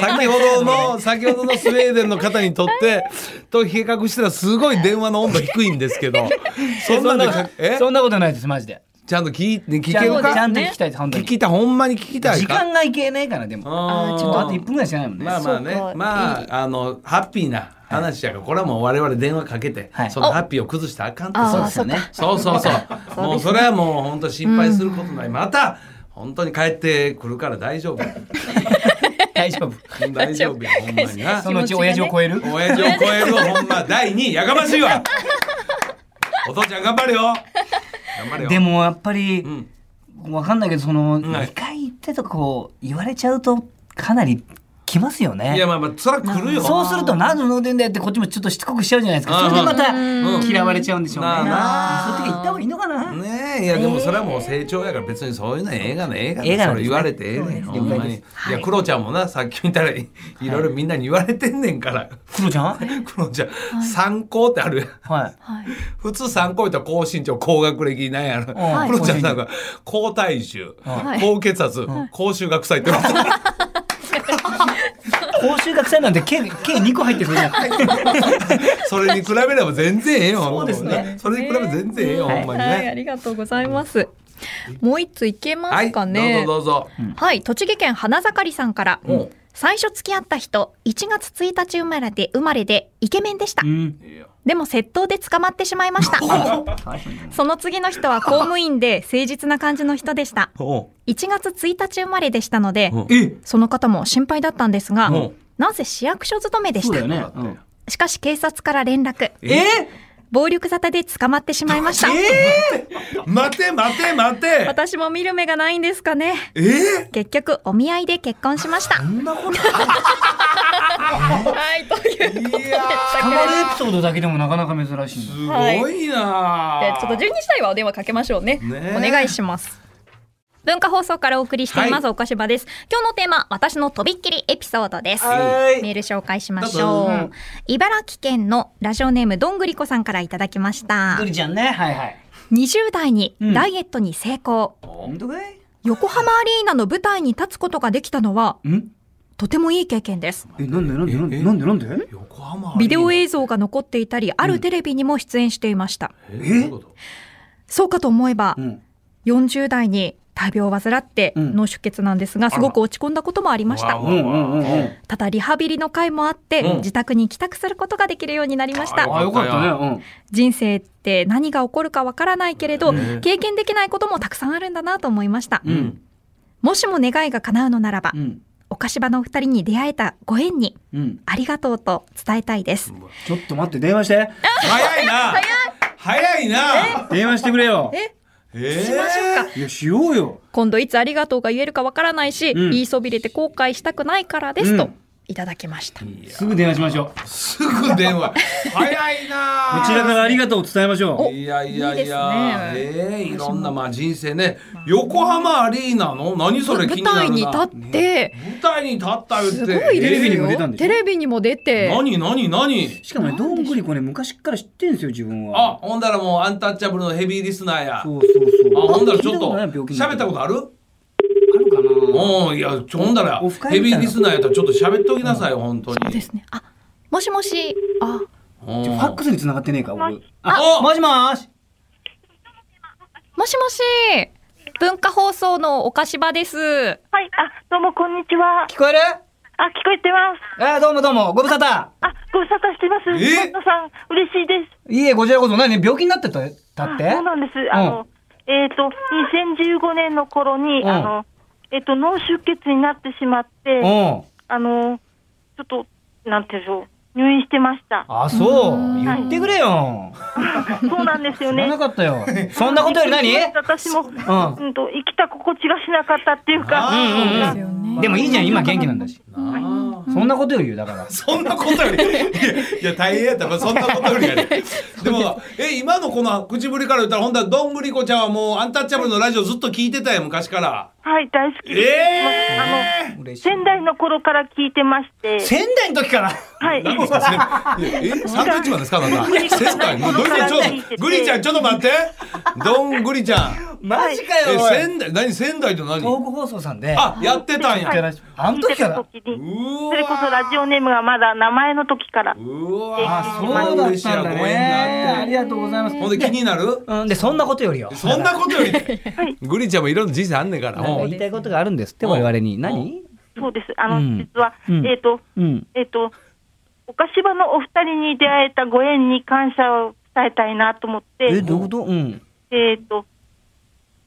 Speaker 1: 先ほどの先ほどのスウェーデンの方にとって と比較したらすごい電話の温度低いんです けど。 そんなのかえ
Speaker 2: そんなことないですマジで
Speaker 1: ちゃんと聞い聞
Speaker 2: ち
Speaker 1: け
Speaker 2: ゃ
Speaker 1: る
Speaker 2: んち
Speaker 1: か。
Speaker 2: ゃんと聞きたいです本当
Speaker 1: 聞
Speaker 2: に
Speaker 1: きたほんまに聞きたい
Speaker 2: 時
Speaker 1: か。
Speaker 2: 間がいけないからで
Speaker 1: あ
Speaker 2: も
Speaker 1: ー
Speaker 2: ちょっとあと1分ぐらいしかないもんね
Speaker 1: まあまあね
Speaker 3: そうか
Speaker 1: まああのハッピーな話やからこれはもう我々電話かけて、
Speaker 2: はい
Speaker 1: そのハッピーを崩したらあかんって
Speaker 3: あ
Speaker 2: そう
Speaker 1: そ
Speaker 2: ですよね
Speaker 1: うそう そうそうもうそれはもう本当心配することない、また本当に帰ってくるから大丈夫
Speaker 2: 大丈夫
Speaker 1: 大丈夫やほんまに な
Speaker 2: そのうち親父を超える
Speaker 1: 親父を超えるわほんま第2位やかましいわお父ちゃん頑張れよ頑張れよ
Speaker 2: でもやっぱり
Speaker 1: うん
Speaker 2: わかんないけどその
Speaker 1: ん
Speaker 2: 2回言ってとかこう言われちゃうとかなりきますよね
Speaker 1: いやまあまあそら来るよ
Speaker 2: そうすると何で飲んでんだよってこっちもちょっとしつこくしちゃうじゃないですか。それでまた嫌われちゃうんでしょうね。
Speaker 1: うん
Speaker 2: なあ
Speaker 1: なあ
Speaker 2: そういう時行った方がいいのかな。
Speaker 1: ねえいやでもそれはもう成長やから別にそういうのは映画の映画
Speaker 2: 映画な
Speaker 1: それ
Speaker 2: んですね
Speaker 1: 言われてええねん
Speaker 2: そ
Speaker 1: ほ
Speaker 2: うで
Speaker 1: ん
Speaker 2: す
Speaker 1: ま
Speaker 2: 了解
Speaker 1: に
Speaker 2: で
Speaker 1: いやクロちゃんもなさっき見たらいいろいろみんなに言われてんねんから
Speaker 2: クロちゃん。
Speaker 1: クロちゃん参考ってあるやん
Speaker 2: はい。
Speaker 1: 普通参考言ったら高身長高学歴なんやろ
Speaker 2: はい
Speaker 1: クロちゃんなんか高体重
Speaker 3: い
Speaker 1: 高血圧口臭が臭いって 言われて
Speaker 2: 口臭が臭いなんて計計2個入ってくるじゃん。
Speaker 1: それに比べれば全然ええよ
Speaker 2: そうですね
Speaker 1: ほんまにそれに比べれば全然ええよほんまに
Speaker 3: はい、あ
Speaker 1: ね
Speaker 3: りがとうございます。もう一ついけま
Speaker 1: は
Speaker 3: す
Speaker 1: いど
Speaker 3: か
Speaker 1: う
Speaker 3: ね。
Speaker 1: ぞどうぞ
Speaker 3: はい、栃木県花盛りさんから
Speaker 1: うん。
Speaker 3: 最初付き合った人、1月1日生まれで、生まれでイケメンでした
Speaker 2: う。ん。
Speaker 3: でも窃盗で捕まってしまいました。 その次の人は公務員で誠実な感じの人でした。
Speaker 1: おう
Speaker 3: 1月1日生まれでしたので、
Speaker 1: うん
Speaker 2: え、
Speaker 3: その方も心配だったんですが、
Speaker 1: うん
Speaker 3: なぜ市役所勤めでし
Speaker 2: そうだ
Speaker 3: た、
Speaker 2: よね。うん
Speaker 3: しかし警察から連絡
Speaker 2: え
Speaker 3: 暴力沙汰で捕まってしまいました
Speaker 1: 待て待て待て
Speaker 3: 私も見る目がないんですかね
Speaker 1: ええ
Speaker 3: 結局お見合いで結婚しました
Speaker 1: そんなこと
Speaker 3: はいという
Speaker 1: いや
Speaker 2: 捕まるエピソードだけでもなかなか珍しいんだ。
Speaker 1: ーすごいな
Speaker 3: でちょっと12時台はお電話かけましょうね
Speaker 1: ねえ
Speaker 3: お願いします文化放送からお送りしています、
Speaker 1: は
Speaker 3: おかしばです今日のテーマ私のとびっきりエピソードです
Speaker 2: は
Speaker 3: メール紹介しまし
Speaker 1: ど
Speaker 3: ょ
Speaker 1: う
Speaker 3: う、
Speaker 1: ぞ
Speaker 3: 茨城県のラジオネームどんぐりこさんからいただきました
Speaker 2: グリちゃんね。はいはい。
Speaker 3: 20代に
Speaker 2: うん
Speaker 3: ダイエットに成功、
Speaker 2: 本当かい？
Speaker 3: 横浜アリーナの舞台に立つことができたのは
Speaker 2: ん？
Speaker 3: とてもいい経験です
Speaker 2: え、なんでなんでなんで
Speaker 1: え
Speaker 2: なんでなんで？
Speaker 1: 横浜
Speaker 3: ビデオ映像が残っていたりあるテレビにも出演していました、
Speaker 1: えどういうこと
Speaker 3: そうかと思えば、
Speaker 2: うん。
Speaker 3: 40代に大病を患って
Speaker 2: うん
Speaker 3: 脳出血なんですが、すごく落ち込んだこともありました
Speaker 1: う
Speaker 2: うんうんうんうん。
Speaker 3: ただリハビリの会もあって、
Speaker 1: うん
Speaker 3: 自宅に帰宅することができるようになりました
Speaker 1: あ
Speaker 2: あ、よかったね。うん。
Speaker 3: 人生って何が起こるかわからないけれど、
Speaker 1: ね
Speaker 3: 経験できないこともたくさんあるんだなと思いました、
Speaker 1: うん
Speaker 3: もしも願いが叶うのならば、
Speaker 2: うん。
Speaker 3: お菓子場のお二人に出会えたご縁に
Speaker 2: うん。
Speaker 3: ありがとうと伝えたいです
Speaker 2: ちょっと待って電話して。
Speaker 1: 早いな早いな
Speaker 2: 電話してくれよ。
Speaker 1: え
Speaker 3: しましょうか
Speaker 2: いやしようよ。
Speaker 3: 今度いつありがとうが言えるかわからないし、
Speaker 2: うん
Speaker 3: 言いそびれて後悔したくないからですと、
Speaker 2: うん
Speaker 3: いただきました。
Speaker 2: すぐ電話しましょう。こ
Speaker 1: すぐ電話。早い なあ。
Speaker 2: ちらからありがとうを伝えましょう。
Speaker 1: いやいやいや、
Speaker 3: いいです
Speaker 1: ええいろんなまあ人生ね、横浜アリーナの何それ気
Speaker 3: 舞
Speaker 1: になるな。
Speaker 3: 台に立って、
Speaker 1: 舞台に立った言って。
Speaker 3: すご
Speaker 2: テ
Speaker 3: い
Speaker 2: レビ
Speaker 3: です
Speaker 2: にも出た
Speaker 3: よ
Speaker 2: ん。でしょ
Speaker 3: テレビにも出て、
Speaker 1: 何何何。
Speaker 2: しかもね、どんぐりこれ昔から知ってんですよ、自分
Speaker 1: あ
Speaker 2: は。、
Speaker 1: ほんだらもうアンタッチャブルのヘビーリスナーや。あ、
Speaker 2: そうそうそう。
Speaker 1: ほんだらちょっ
Speaker 2: 聞いた
Speaker 1: と
Speaker 2: こない病気に
Speaker 1: 喋ったことある？
Speaker 2: あるかな。
Speaker 1: うんいやちょほんだら
Speaker 2: オフ会
Speaker 1: ヘ
Speaker 2: みたい
Speaker 1: ビ
Speaker 2: な
Speaker 1: ーリスナーやったらちょっと喋っときなさいよ本当に。
Speaker 3: そうですね。あ、もしもし、あ、
Speaker 1: うん
Speaker 2: ファックスに繋がってねえか、俺。
Speaker 1: あ
Speaker 2: あ、もしもーし。
Speaker 3: もしもし、文化放送のお菓子場です。
Speaker 7: はい、あ、どうもこんにちは。
Speaker 2: 聞こえる
Speaker 7: あ、聞こえてます。
Speaker 2: あー、どうもどうも、ご無沙汰。
Speaker 7: あ、ご無沙汰してます。
Speaker 1: え
Speaker 7: 皆さん、嬉しいです。
Speaker 2: いいえ、こちらこそ、何、病気になってただって
Speaker 7: あそうなんです。あの、えっ、と、2015年の頃に、
Speaker 2: うん
Speaker 7: あの、えっ、と、脳出血になってしまって、
Speaker 2: うん。
Speaker 7: あの、ちょっと、なんていうんでしょう、入院してました。
Speaker 2: あ、そう。言ってくれよ。
Speaker 7: そうなんですよ
Speaker 2: 知らな
Speaker 7: ね。
Speaker 2: かったよ。そんなことより 何
Speaker 7: 私も、
Speaker 2: う
Speaker 7: うんと、生きた心地がしなかったっていうか、
Speaker 2: あ
Speaker 3: ーうんうんうん
Speaker 7: なか
Speaker 2: でもいいじゃん、今元気なんだし。
Speaker 1: あ
Speaker 2: そんなことよりよ、だから。
Speaker 1: そんなことより、いや、いや大変やった、まあ、そんなことよりや ね。でも、え、今のこの口ぶりから言ったら、ほんだらどんぐりこちゃんはもう、アンタッチャブルのラジオずっと聞いてたよ、昔から。
Speaker 7: はい、大好きです。
Speaker 1: え
Speaker 7: まあの、
Speaker 2: 嬉しい。
Speaker 7: 仙台の頃から聞いてまして、
Speaker 2: 仙台の時から。
Speaker 7: はい。
Speaker 1: 何ですか、せんえ、サンドウィッチマンですか、あな た。仙台、もう、どういうこと、ちょっと、ぐりちゃん、ちょっと待って。どんぐりちゃん。
Speaker 2: マジか
Speaker 1: え、
Speaker 2: よ。おい
Speaker 1: 仙台、何、仙台って何。
Speaker 2: 東北放送さんで。
Speaker 1: あ、やってたんや。
Speaker 7: は
Speaker 2: や
Speaker 7: い
Speaker 2: らしあの
Speaker 7: 聞い
Speaker 2: 時
Speaker 7: て
Speaker 2: から。
Speaker 7: た時に。
Speaker 1: う
Speaker 7: それこそ
Speaker 1: わ。
Speaker 7: ラジオネームがまだ名前の時から。
Speaker 1: うわ。
Speaker 2: あ、そうだったんだ
Speaker 1: 嬉しいご縁が
Speaker 2: ね。
Speaker 1: あ
Speaker 2: あ
Speaker 1: っ
Speaker 2: り
Speaker 1: て
Speaker 2: がとうございます。
Speaker 1: ほんで、気になる。
Speaker 2: うん、で、そんなことよりよ。
Speaker 1: そんなことより。ぐりちゃんもいろんな人生あんねんから。
Speaker 2: なんか
Speaker 1: もう
Speaker 2: 言いたいことがあるんですって、
Speaker 1: うん
Speaker 2: 我々に。
Speaker 1: うん
Speaker 2: 何
Speaker 7: そうです。あの、
Speaker 2: うん
Speaker 7: 実は、
Speaker 2: うん
Speaker 7: えっ、と、
Speaker 2: うん。
Speaker 7: えっ、と、お菓子場のお二人に出会えたご縁に感謝を伝えたいなと思っ
Speaker 2: え、
Speaker 7: て、
Speaker 2: どういうことうん。
Speaker 7: えっ、と、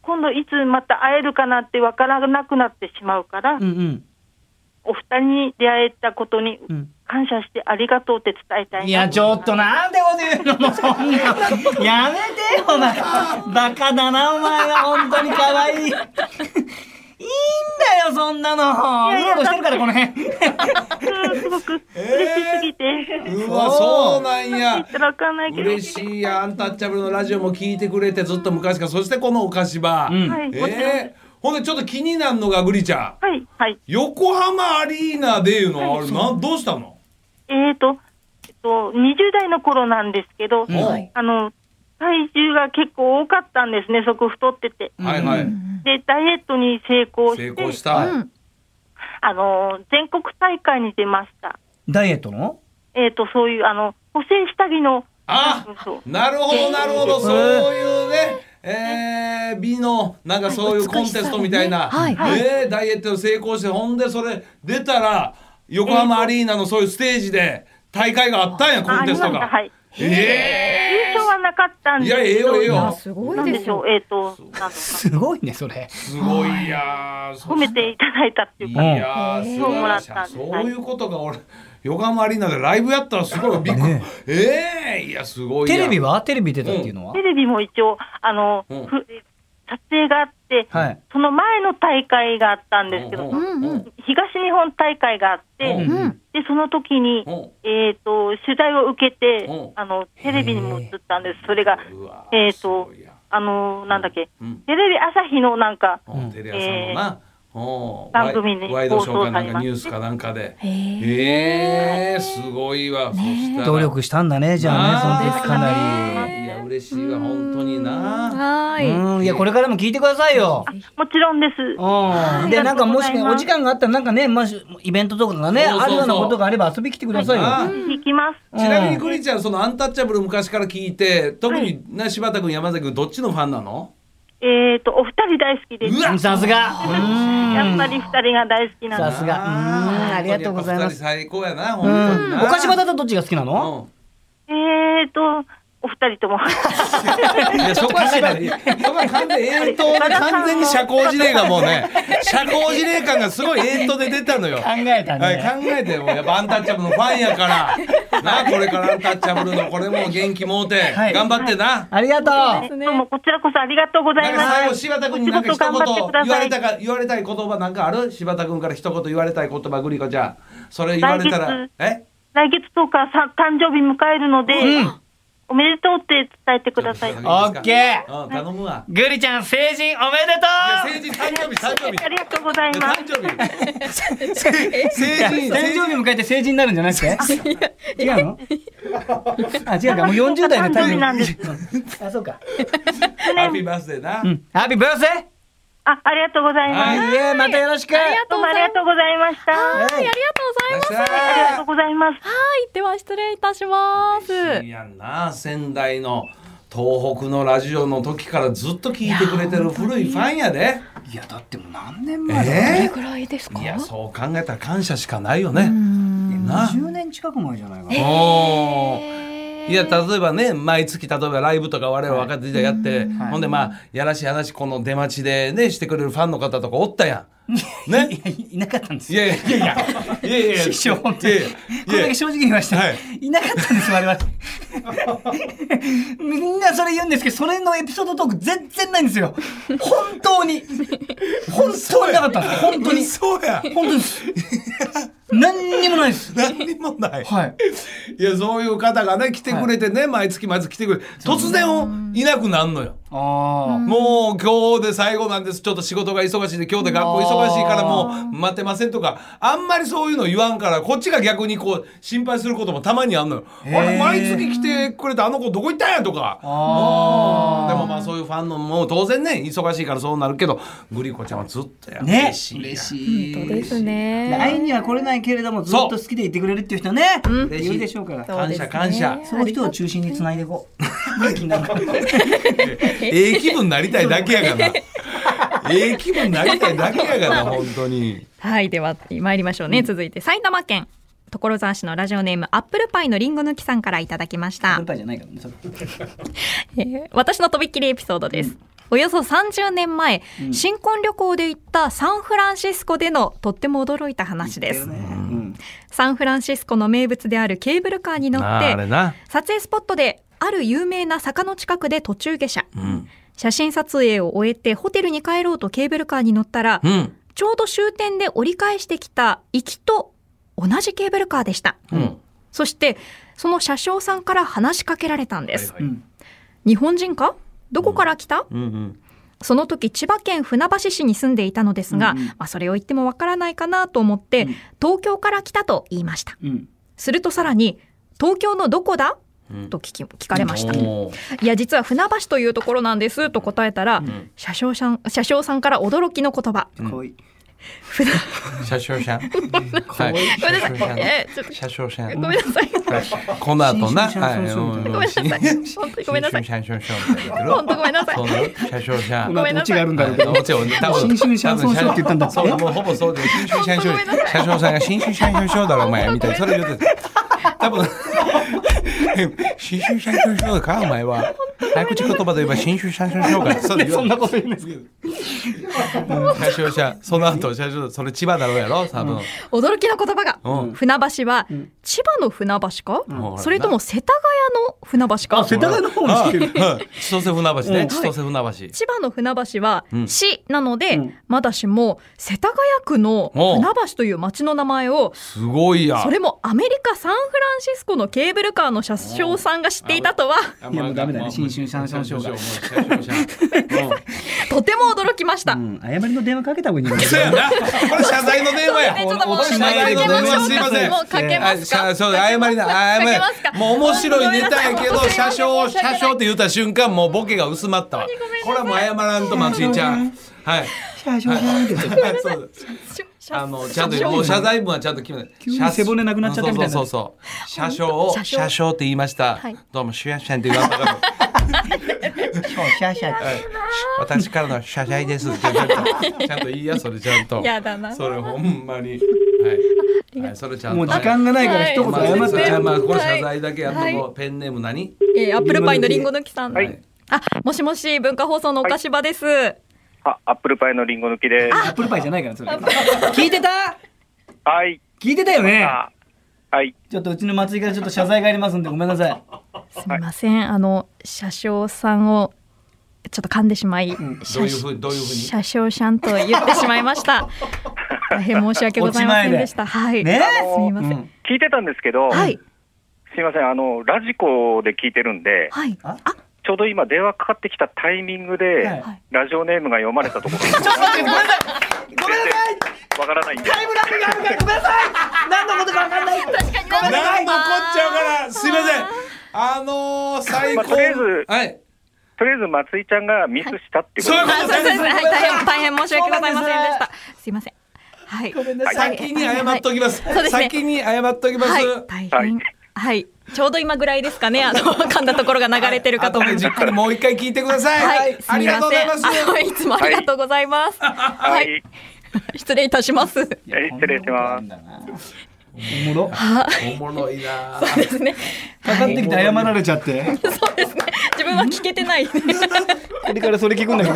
Speaker 7: 今度いつまた会えるかなってわからなくなってしまうから、
Speaker 2: うんうん
Speaker 7: お二人に出会えたことに
Speaker 2: うん。
Speaker 7: 感謝してありがとうって伝えたいな。
Speaker 2: いや、ちょっとなんてこと言うのもうそんな。やめてよ、お前。バカだな、お前は。本当に可愛い。いいんだよ、そんなの。
Speaker 7: いうやいや
Speaker 2: ろうろしてるから、この辺。
Speaker 7: うんすごく嬉しすぎて、
Speaker 1: うわ、そうなん
Speaker 7: 言
Speaker 1: や
Speaker 7: っ。たらわかんないけど、
Speaker 1: 嬉しいや、アンタッチャブルのラジオも聞いてくれて、ずっと昔から、そしてこのお菓子場。
Speaker 2: ん
Speaker 7: はい、もちろん
Speaker 1: ええほんで、ちょっと気になるのが、グリちゃん。
Speaker 7: はい、はい。
Speaker 1: 横浜アリーナでいうのは、あれ、なん、どうしたの。
Speaker 7: えーと、えっと、20代の頃なんですけど、
Speaker 1: はい
Speaker 7: あの、体重が結構多かったんですね、そこ太ってて。
Speaker 1: はいはい。
Speaker 7: で、ダイエットに成功して、
Speaker 1: 成功した。
Speaker 3: うん
Speaker 7: あの、全国大会に出ました。
Speaker 2: ダイエットの
Speaker 7: えーと、そういう、あの、補正下着の、
Speaker 1: あ
Speaker 7: そうそう
Speaker 1: なるほど、なるほど、そういうね。えー、美のなんかそういうコンテストみたいな、
Speaker 3: はいはい
Speaker 1: えーダイエットを成功してほんでそれ出たら横浜アリーナのそういうステージで大会があったんやコン
Speaker 7: あ
Speaker 1: テ
Speaker 7: り
Speaker 1: ス
Speaker 7: ま
Speaker 1: ト
Speaker 7: した、
Speaker 1: が。
Speaker 7: はい。
Speaker 1: え
Speaker 7: 優勝はなかったん
Speaker 1: ー、い
Speaker 7: です
Speaker 1: やええ
Speaker 7: け
Speaker 1: よ
Speaker 7: ど、
Speaker 1: ええ
Speaker 3: あ
Speaker 1: よ
Speaker 3: すご
Speaker 7: ない
Speaker 3: で
Speaker 7: んですしょ
Speaker 3: よ
Speaker 7: う、。えーと、なんだろうな
Speaker 2: すごいね、それ。
Speaker 1: すごいやーそ
Speaker 7: 褒めていただいたっていう
Speaker 1: い
Speaker 7: か、
Speaker 1: やー素
Speaker 7: そう
Speaker 1: 晴
Speaker 7: もら
Speaker 1: ら
Speaker 7: っ
Speaker 1: したい
Speaker 7: んです
Speaker 1: そういうことが俺横浜アリーナでライブやったらすごいびっくり
Speaker 2: ね
Speaker 1: えー、いやすごいや
Speaker 2: テレビはテレビ出たっていうのは
Speaker 7: テレビも一応、あの、
Speaker 1: うん
Speaker 7: ふ撮影があって、
Speaker 2: はい。
Speaker 7: その前の大会があったんですけど、
Speaker 1: うんうんうん
Speaker 7: 東日本大会があって、
Speaker 1: うん
Speaker 2: うん
Speaker 7: でその時に、
Speaker 1: うん
Speaker 7: えっと取材を受けて、
Speaker 1: うん
Speaker 7: あのテレビにも映ったんです、それが、
Speaker 1: うわー
Speaker 7: えっと
Speaker 1: すごいや
Speaker 7: あのなんだっけ、
Speaker 1: うん
Speaker 7: テレビ朝日のなんか、
Speaker 1: うんテレ朝のな、うん
Speaker 7: 番組に
Speaker 1: ワイワイドショーかなん
Speaker 7: 放
Speaker 1: か
Speaker 7: 送されま
Speaker 1: ニ
Speaker 7: して
Speaker 1: ュースかなんかで
Speaker 3: へー
Speaker 1: えー、すごいわ、そしたら
Speaker 2: 努力したんだね、じゃあね、その時かなり。
Speaker 1: りいや嬉しいわ本当にな
Speaker 3: は
Speaker 2: うん、いや、これからも聞いてくださいよ。
Speaker 7: もちろんです。
Speaker 2: うん、で、なんかもし
Speaker 7: ありがとうございま
Speaker 2: お
Speaker 7: す
Speaker 2: 時間があったら、なんかね、まあ、イベントとかがね、
Speaker 1: そうそうそう
Speaker 2: あるようなことがあれば遊びに来てくださいよ。
Speaker 1: なあ
Speaker 7: 行きます。
Speaker 2: うん
Speaker 1: ちなみにグリちゃんそのアンタッチャブル昔から聞いて特にな柴田君山崎君どっちのファンなの
Speaker 7: えっ、とお二人大好きです。
Speaker 1: うわ
Speaker 2: さすが。うん
Speaker 7: やっぱり二人が大好きなん
Speaker 2: さ
Speaker 7: です
Speaker 2: が。うん、ありがとうございま
Speaker 1: やっ
Speaker 2: す。
Speaker 1: ぱ二人最高やな
Speaker 2: う
Speaker 1: 本当に
Speaker 2: ん、
Speaker 1: な
Speaker 2: お菓子場だとどっちが好きなの。
Speaker 1: うん
Speaker 7: えっ、とお二人とも。
Speaker 1: いやそこは芝居そこは完全に遠投で完全に社交辞令がもうね社交辞令感がすごい遠投で出たのよ。
Speaker 2: 考えた
Speaker 1: はい、
Speaker 2: ね。
Speaker 1: 考えてもやっぱアンタッチャブルのファンやからなこれからアンタッチャブルのこれも元気もうて、
Speaker 2: はい
Speaker 1: 頑張ってな。
Speaker 2: ありがとう。
Speaker 7: どうもこちらこそありがとうござ
Speaker 1: ないんか最
Speaker 7: ま
Speaker 1: 後
Speaker 7: す。
Speaker 1: 柴田君になんか一
Speaker 7: お仕事頑張って
Speaker 1: 言
Speaker 7: ください
Speaker 1: 言われたか言われたい言葉なんかある柴田君から一言言われたい言葉グリコちゃんそれ言われたら
Speaker 7: 来月
Speaker 1: え
Speaker 7: 来月10日さ誕生日迎えるので、おめでとうって伝えてください。
Speaker 1: ち
Speaker 7: あ
Speaker 1: ょっと
Speaker 2: オッケ
Speaker 1: うん頼むわ。
Speaker 2: ー。グリちゃん成人おめで
Speaker 1: 成人誕生日誕生日
Speaker 7: りがとうございます。
Speaker 1: 誕生日
Speaker 2: とう。成人誕生日迎えて成人になるんじゃないっけ？違うの？あ違うかもう40代の誕
Speaker 7: 誕生日なんで
Speaker 2: 生
Speaker 7: す
Speaker 2: 日。あそうか。
Speaker 1: ハッピーバースデーな。
Speaker 2: うん。ハッピーバースデー。
Speaker 7: あ、ありがとうございます。
Speaker 1: はい
Speaker 2: いえまたよろしく。
Speaker 3: ありがと
Speaker 7: ど
Speaker 3: う
Speaker 7: う
Speaker 3: ご
Speaker 7: もあり
Speaker 3: ざいま
Speaker 7: が
Speaker 3: す。
Speaker 7: とうございました。あ
Speaker 3: はい、ありがとうございます。
Speaker 7: りがとうございます。
Speaker 3: はい、では失礼いたします。
Speaker 1: いやんな仙台の東北のラジオの時からずっと聞いてくれてる古いファンやで。
Speaker 2: いやだってもう何年前だ。
Speaker 3: どれ
Speaker 1: え
Speaker 3: ぐらいですか
Speaker 1: ーいやそう考えたら感謝しかないよね。な。
Speaker 2: 10年近く前じゃないかな。
Speaker 1: おー
Speaker 3: えー
Speaker 1: いや例えばね毎月例えばライブとか我々若手時代やって、ほんでまあやらしい話この出待ちでねしてくれるファンの方とかおったやん。ね。
Speaker 2: いいなかったんです
Speaker 1: い
Speaker 2: よ。
Speaker 1: やいやいやいやいやいや
Speaker 2: 師匠本当に
Speaker 1: いやい
Speaker 2: これ
Speaker 1: や
Speaker 2: だ
Speaker 1: い
Speaker 2: け
Speaker 1: や
Speaker 2: 正直に言いました、
Speaker 1: はいい、
Speaker 2: なかったんです我々 みんなそれ言うんですけどそれのエピソードトーク全然ないんですよ本当に本当になかったんです本当に
Speaker 1: そうや
Speaker 2: 本当です何にもないです
Speaker 1: 何にもない。
Speaker 2: はい
Speaker 1: いやそういう方がね来てくれてね、毎月毎月来てくれ突然いなくなんのよ。
Speaker 2: あ
Speaker 1: もう今日で最後なんですちょっと仕事が忙しいんで今日で学校忙しいから
Speaker 2: あ
Speaker 1: もう待てませんとかあんまりそういうの言わんからこっちが逆にこう心配することもたまにあんのよ。あ
Speaker 2: へー
Speaker 1: れ毎月来てくれたあの子どこ行ったんやとか。
Speaker 2: あ
Speaker 1: でもまあそういうファンのもう当然ね忙しいからそうなるけどグリコちゃんはずっとや
Speaker 2: あね
Speaker 1: 嬉しいやん
Speaker 2: しい
Speaker 3: そうです
Speaker 2: 会い
Speaker 3: ね。
Speaker 2: には来れないけれどもずっと好きでいてくれるっていう人ね
Speaker 3: ん
Speaker 2: いるでしょうから
Speaker 3: そうですね
Speaker 1: 感謝感謝
Speaker 2: その人を中心につないでいこ う元気になるから
Speaker 1: ええ気分になりたいだけ やがな。ええ気分になりたいだけやがな本当に。
Speaker 3: はい、では参りましょうね。続いて埼玉県所沢市のラジオネームアップルパイのリンゴ抜きさんからいただき ました
Speaker 2: 先。輩じゃないからねそれ
Speaker 3: えー私のとびっきりエピソードです。およそ30年前、新婚旅行で行ったサンフランシスコでのとっても驚いた話です。
Speaker 2: うん
Speaker 3: サンフランシスコの名物であるケーブルカーに乗
Speaker 1: な
Speaker 3: って、
Speaker 1: な。
Speaker 3: 撮影スポットである有名な坂の近くで途中下車。
Speaker 1: うん。
Speaker 3: 写真撮影を終えてホテルに帰ろうとケーブルカーに乗ったら、
Speaker 1: うん。
Speaker 3: ちょうど終点で折り返してきた行きと同じケーブルカーでした。
Speaker 1: うん。
Speaker 3: そして、その車掌さんから話しかけられたんです。
Speaker 2: うん
Speaker 3: 日本人かどこから来た、
Speaker 1: うん。
Speaker 3: その時千葉県船橋市に住んでいたのですが、
Speaker 2: うんうん
Speaker 3: まあ、それを言ってもわからないかなと思って、
Speaker 2: うん
Speaker 3: 東京から来たと言いました
Speaker 2: うん
Speaker 3: するとさらに東京のどこだ
Speaker 1: うん
Speaker 3: と聞き聞かれました、い
Speaker 1: おー
Speaker 3: や実は船橋というところなんですと答えたら、車掌さん車掌さんから驚きの言葉
Speaker 2: かわいい
Speaker 1: 車掌さん。はい
Speaker 3: ごめんなさい、えーちょっと
Speaker 1: 車掌さ
Speaker 3: ご
Speaker 1: ん。
Speaker 3: めんなさい
Speaker 1: この後な。
Speaker 2: 新車
Speaker 1: はい。
Speaker 2: 掌
Speaker 3: ごめんなさい本当にごめんなさい
Speaker 1: 車掌さんみたいな
Speaker 3: 本当ごめんなさい
Speaker 1: そうなの車掌さん。
Speaker 3: ごめん
Speaker 2: この後オ
Speaker 3: なさい
Speaker 2: チがあるんだろうけど
Speaker 1: はいもちろん多分
Speaker 2: 新春シャンソンショーって言ったんだ
Speaker 1: そうもうほぼそうで新春シャンショ
Speaker 3: ごめんなさ
Speaker 1: ー
Speaker 3: い
Speaker 1: 車掌さんが新春シャンションショーだろお前みたいなそれ言ってた多分新春シャンションショーかお前は早口言葉で言えば新春シャンションショーかそれ言
Speaker 2: そ
Speaker 1: うん
Speaker 2: なこと言うんですけど
Speaker 1: 車掌さんその後車掌それ千葉だろうやろ多分
Speaker 3: 驚きの言葉が、
Speaker 1: うん
Speaker 3: 船橋は、千葉の船橋か、
Speaker 1: うん
Speaker 3: それとも世田谷の船橋か
Speaker 2: 世田谷の方に来てる
Speaker 1: はい千歳船橋ね千歳船橋
Speaker 3: 千葉の船橋は
Speaker 1: うん
Speaker 3: 市なので、
Speaker 2: うん
Speaker 3: まだしも世田谷区の
Speaker 1: おう
Speaker 3: 船橋という町の名前を
Speaker 1: すごいや
Speaker 3: それもアメリカサンフランシスコのケーブルカーの車掌さんが知っていたとは
Speaker 2: いやもうダメだね新春シャンシャンショーが
Speaker 1: ーが
Speaker 3: とても驚きました、
Speaker 2: うん謝りの電話かけた方がいいんじゃない
Speaker 1: そうやなこれ謝罪の電話や
Speaker 3: ちょっともう
Speaker 1: おしまいの電話すいません
Speaker 3: もうかけますか
Speaker 1: あしゃそう謝りな謝り
Speaker 3: かけ
Speaker 1: な
Speaker 3: ますか
Speaker 1: もう面白いネタやけど
Speaker 3: 本当に
Speaker 1: 車掌を
Speaker 3: 申し訳な
Speaker 1: 車
Speaker 3: い
Speaker 1: 掌って言った瞬間もうボケが薄まったわこれはもう謝らんと松井ちゃんはい
Speaker 2: 社長さんって
Speaker 1: はいそうです
Speaker 3: 車
Speaker 1: あのちゃんと
Speaker 3: 車掌
Speaker 1: もう謝罪文はちゃんと決めない
Speaker 2: 急に背骨なくなっちゃったみたいな
Speaker 1: そうそうそうそう車掌を
Speaker 3: 車掌
Speaker 1: 車掌って言いました
Speaker 3: はい
Speaker 1: どうもシュワシャンって言わんとかった
Speaker 2: シャシャ
Speaker 1: はい私からの謝罪ですってちゃんとちゃんといいやそれちゃんと
Speaker 3: やだな
Speaker 1: それほんまにはいはいそれちゃんと
Speaker 2: もう時間がないから一言
Speaker 1: まあ、
Speaker 2: 謝っ
Speaker 1: そ
Speaker 2: て
Speaker 1: れ
Speaker 2: ちゃん
Speaker 1: ま
Speaker 2: と
Speaker 1: あ、これ謝罪だけやっとこう、ペンネーム何。
Speaker 3: えー、アップルパイのリンゴ抜きさん。
Speaker 8: はい
Speaker 3: あ、もしもし、文化放送のお菓子場です。
Speaker 8: あ、アップルパイのリンゴ抜きです。
Speaker 2: アップルパイじゃないからそれ聞いてた
Speaker 8: はい。
Speaker 2: 聞いてたよね
Speaker 8: あ、はい。
Speaker 2: ちょっとうちの松井からちょっと謝罪がありますんでごめんなさい
Speaker 3: すみません、あの、車掌さんを。ちょっと噛んでしまい、
Speaker 4: ど
Speaker 3: 車
Speaker 4: ういうふうどういうふうに
Speaker 3: 車掌さんと言ってしまいま した。大変申し訳ございませんでした。はい。
Speaker 2: ね
Speaker 3: すみません。
Speaker 8: 聞いてたんですけど、
Speaker 3: はい。
Speaker 8: すいません、あの、ラジコで聞いてるんで、
Speaker 3: はい。
Speaker 2: あ
Speaker 8: ちょうど今電話かかってきたタイミングで、
Speaker 2: はい
Speaker 8: ラジオネームが読まれたところ
Speaker 2: ちょっと待ってごめんなさいごめんなさい
Speaker 8: わからないんで。
Speaker 2: タイムラグがあるからごめんなさい何のことかわかんない
Speaker 3: 確かになんか
Speaker 1: 何のこっちゃわからんすいません
Speaker 4: あのー、最
Speaker 8: ま
Speaker 4: 高
Speaker 8: あとりあえず
Speaker 4: はい
Speaker 8: とりあえず松井ちゃんがミスしたっていうこ
Speaker 1: そ
Speaker 8: と
Speaker 1: ういう
Speaker 8: で
Speaker 1: こと
Speaker 3: あそう
Speaker 1: で
Speaker 3: ですすね。はい、大変、大変申し訳ございませんでした。すいません。はい。ごめんな
Speaker 4: 先に謝っときます、
Speaker 3: そうですね
Speaker 4: 先に謝っときます、
Speaker 3: はい、大変。
Speaker 8: は
Speaker 3: はい、ちょうど今ぐらいですかね、あの、 噛んだところが流れてるかと思
Speaker 4: 後
Speaker 3: いま。
Speaker 4: ですじっくりもう一回聞いてください、
Speaker 3: はい、す
Speaker 4: あり
Speaker 3: み
Speaker 4: が
Speaker 3: ま
Speaker 4: とうござ
Speaker 3: せ
Speaker 4: い
Speaker 3: ん。あ
Speaker 4: ます
Speaker 3: の、いつもありがとうございます。は
Speaker 8: はい
Speaker 3: い、。失礼いたします。
Speaker 8: え失礼します。
Speaker 2: すおもろ
Speaker 4: おもろいな
Speaker 3: そうですね。
Speaker 2: かかってきて謝られちゃって
Speaker 3: そうですね。自分は聞けて ない、ね。
Speaker 2: これからそれ聞くんだけ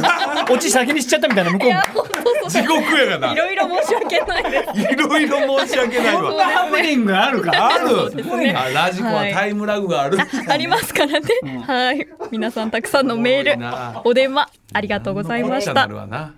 Speaker 2: どオチ先にしちゃったみたいな向こ
Speaker 3: いうや、
Speaker 2: も
Speaker 3: 本当そ
Speaker 1: 地
Speaker 3: う。
Speaker 1: 獄やが な
Speaker 3: いろいろ申し訳ないです。
Speaker 1: いろいろ申し訳 ない
Speaker 3: そう
Speaker 1: わ
Speaker 3: です
Speaker 2: ハプニングがあるか
Speaker 1: ある
Speaker 3: ですね。
Speaker 4: あラジコはタイムラグがある、
Speaker 3: あありますからね。はい、皆さんたくさんのメ
Speaker 4: おもろい
Speaker 3: ー
Speaker 4: な
Speaker 3: ル、お電話ありがとうございまし
Speaker 4: な
Speaker 3: た
Speaker 4: る。わな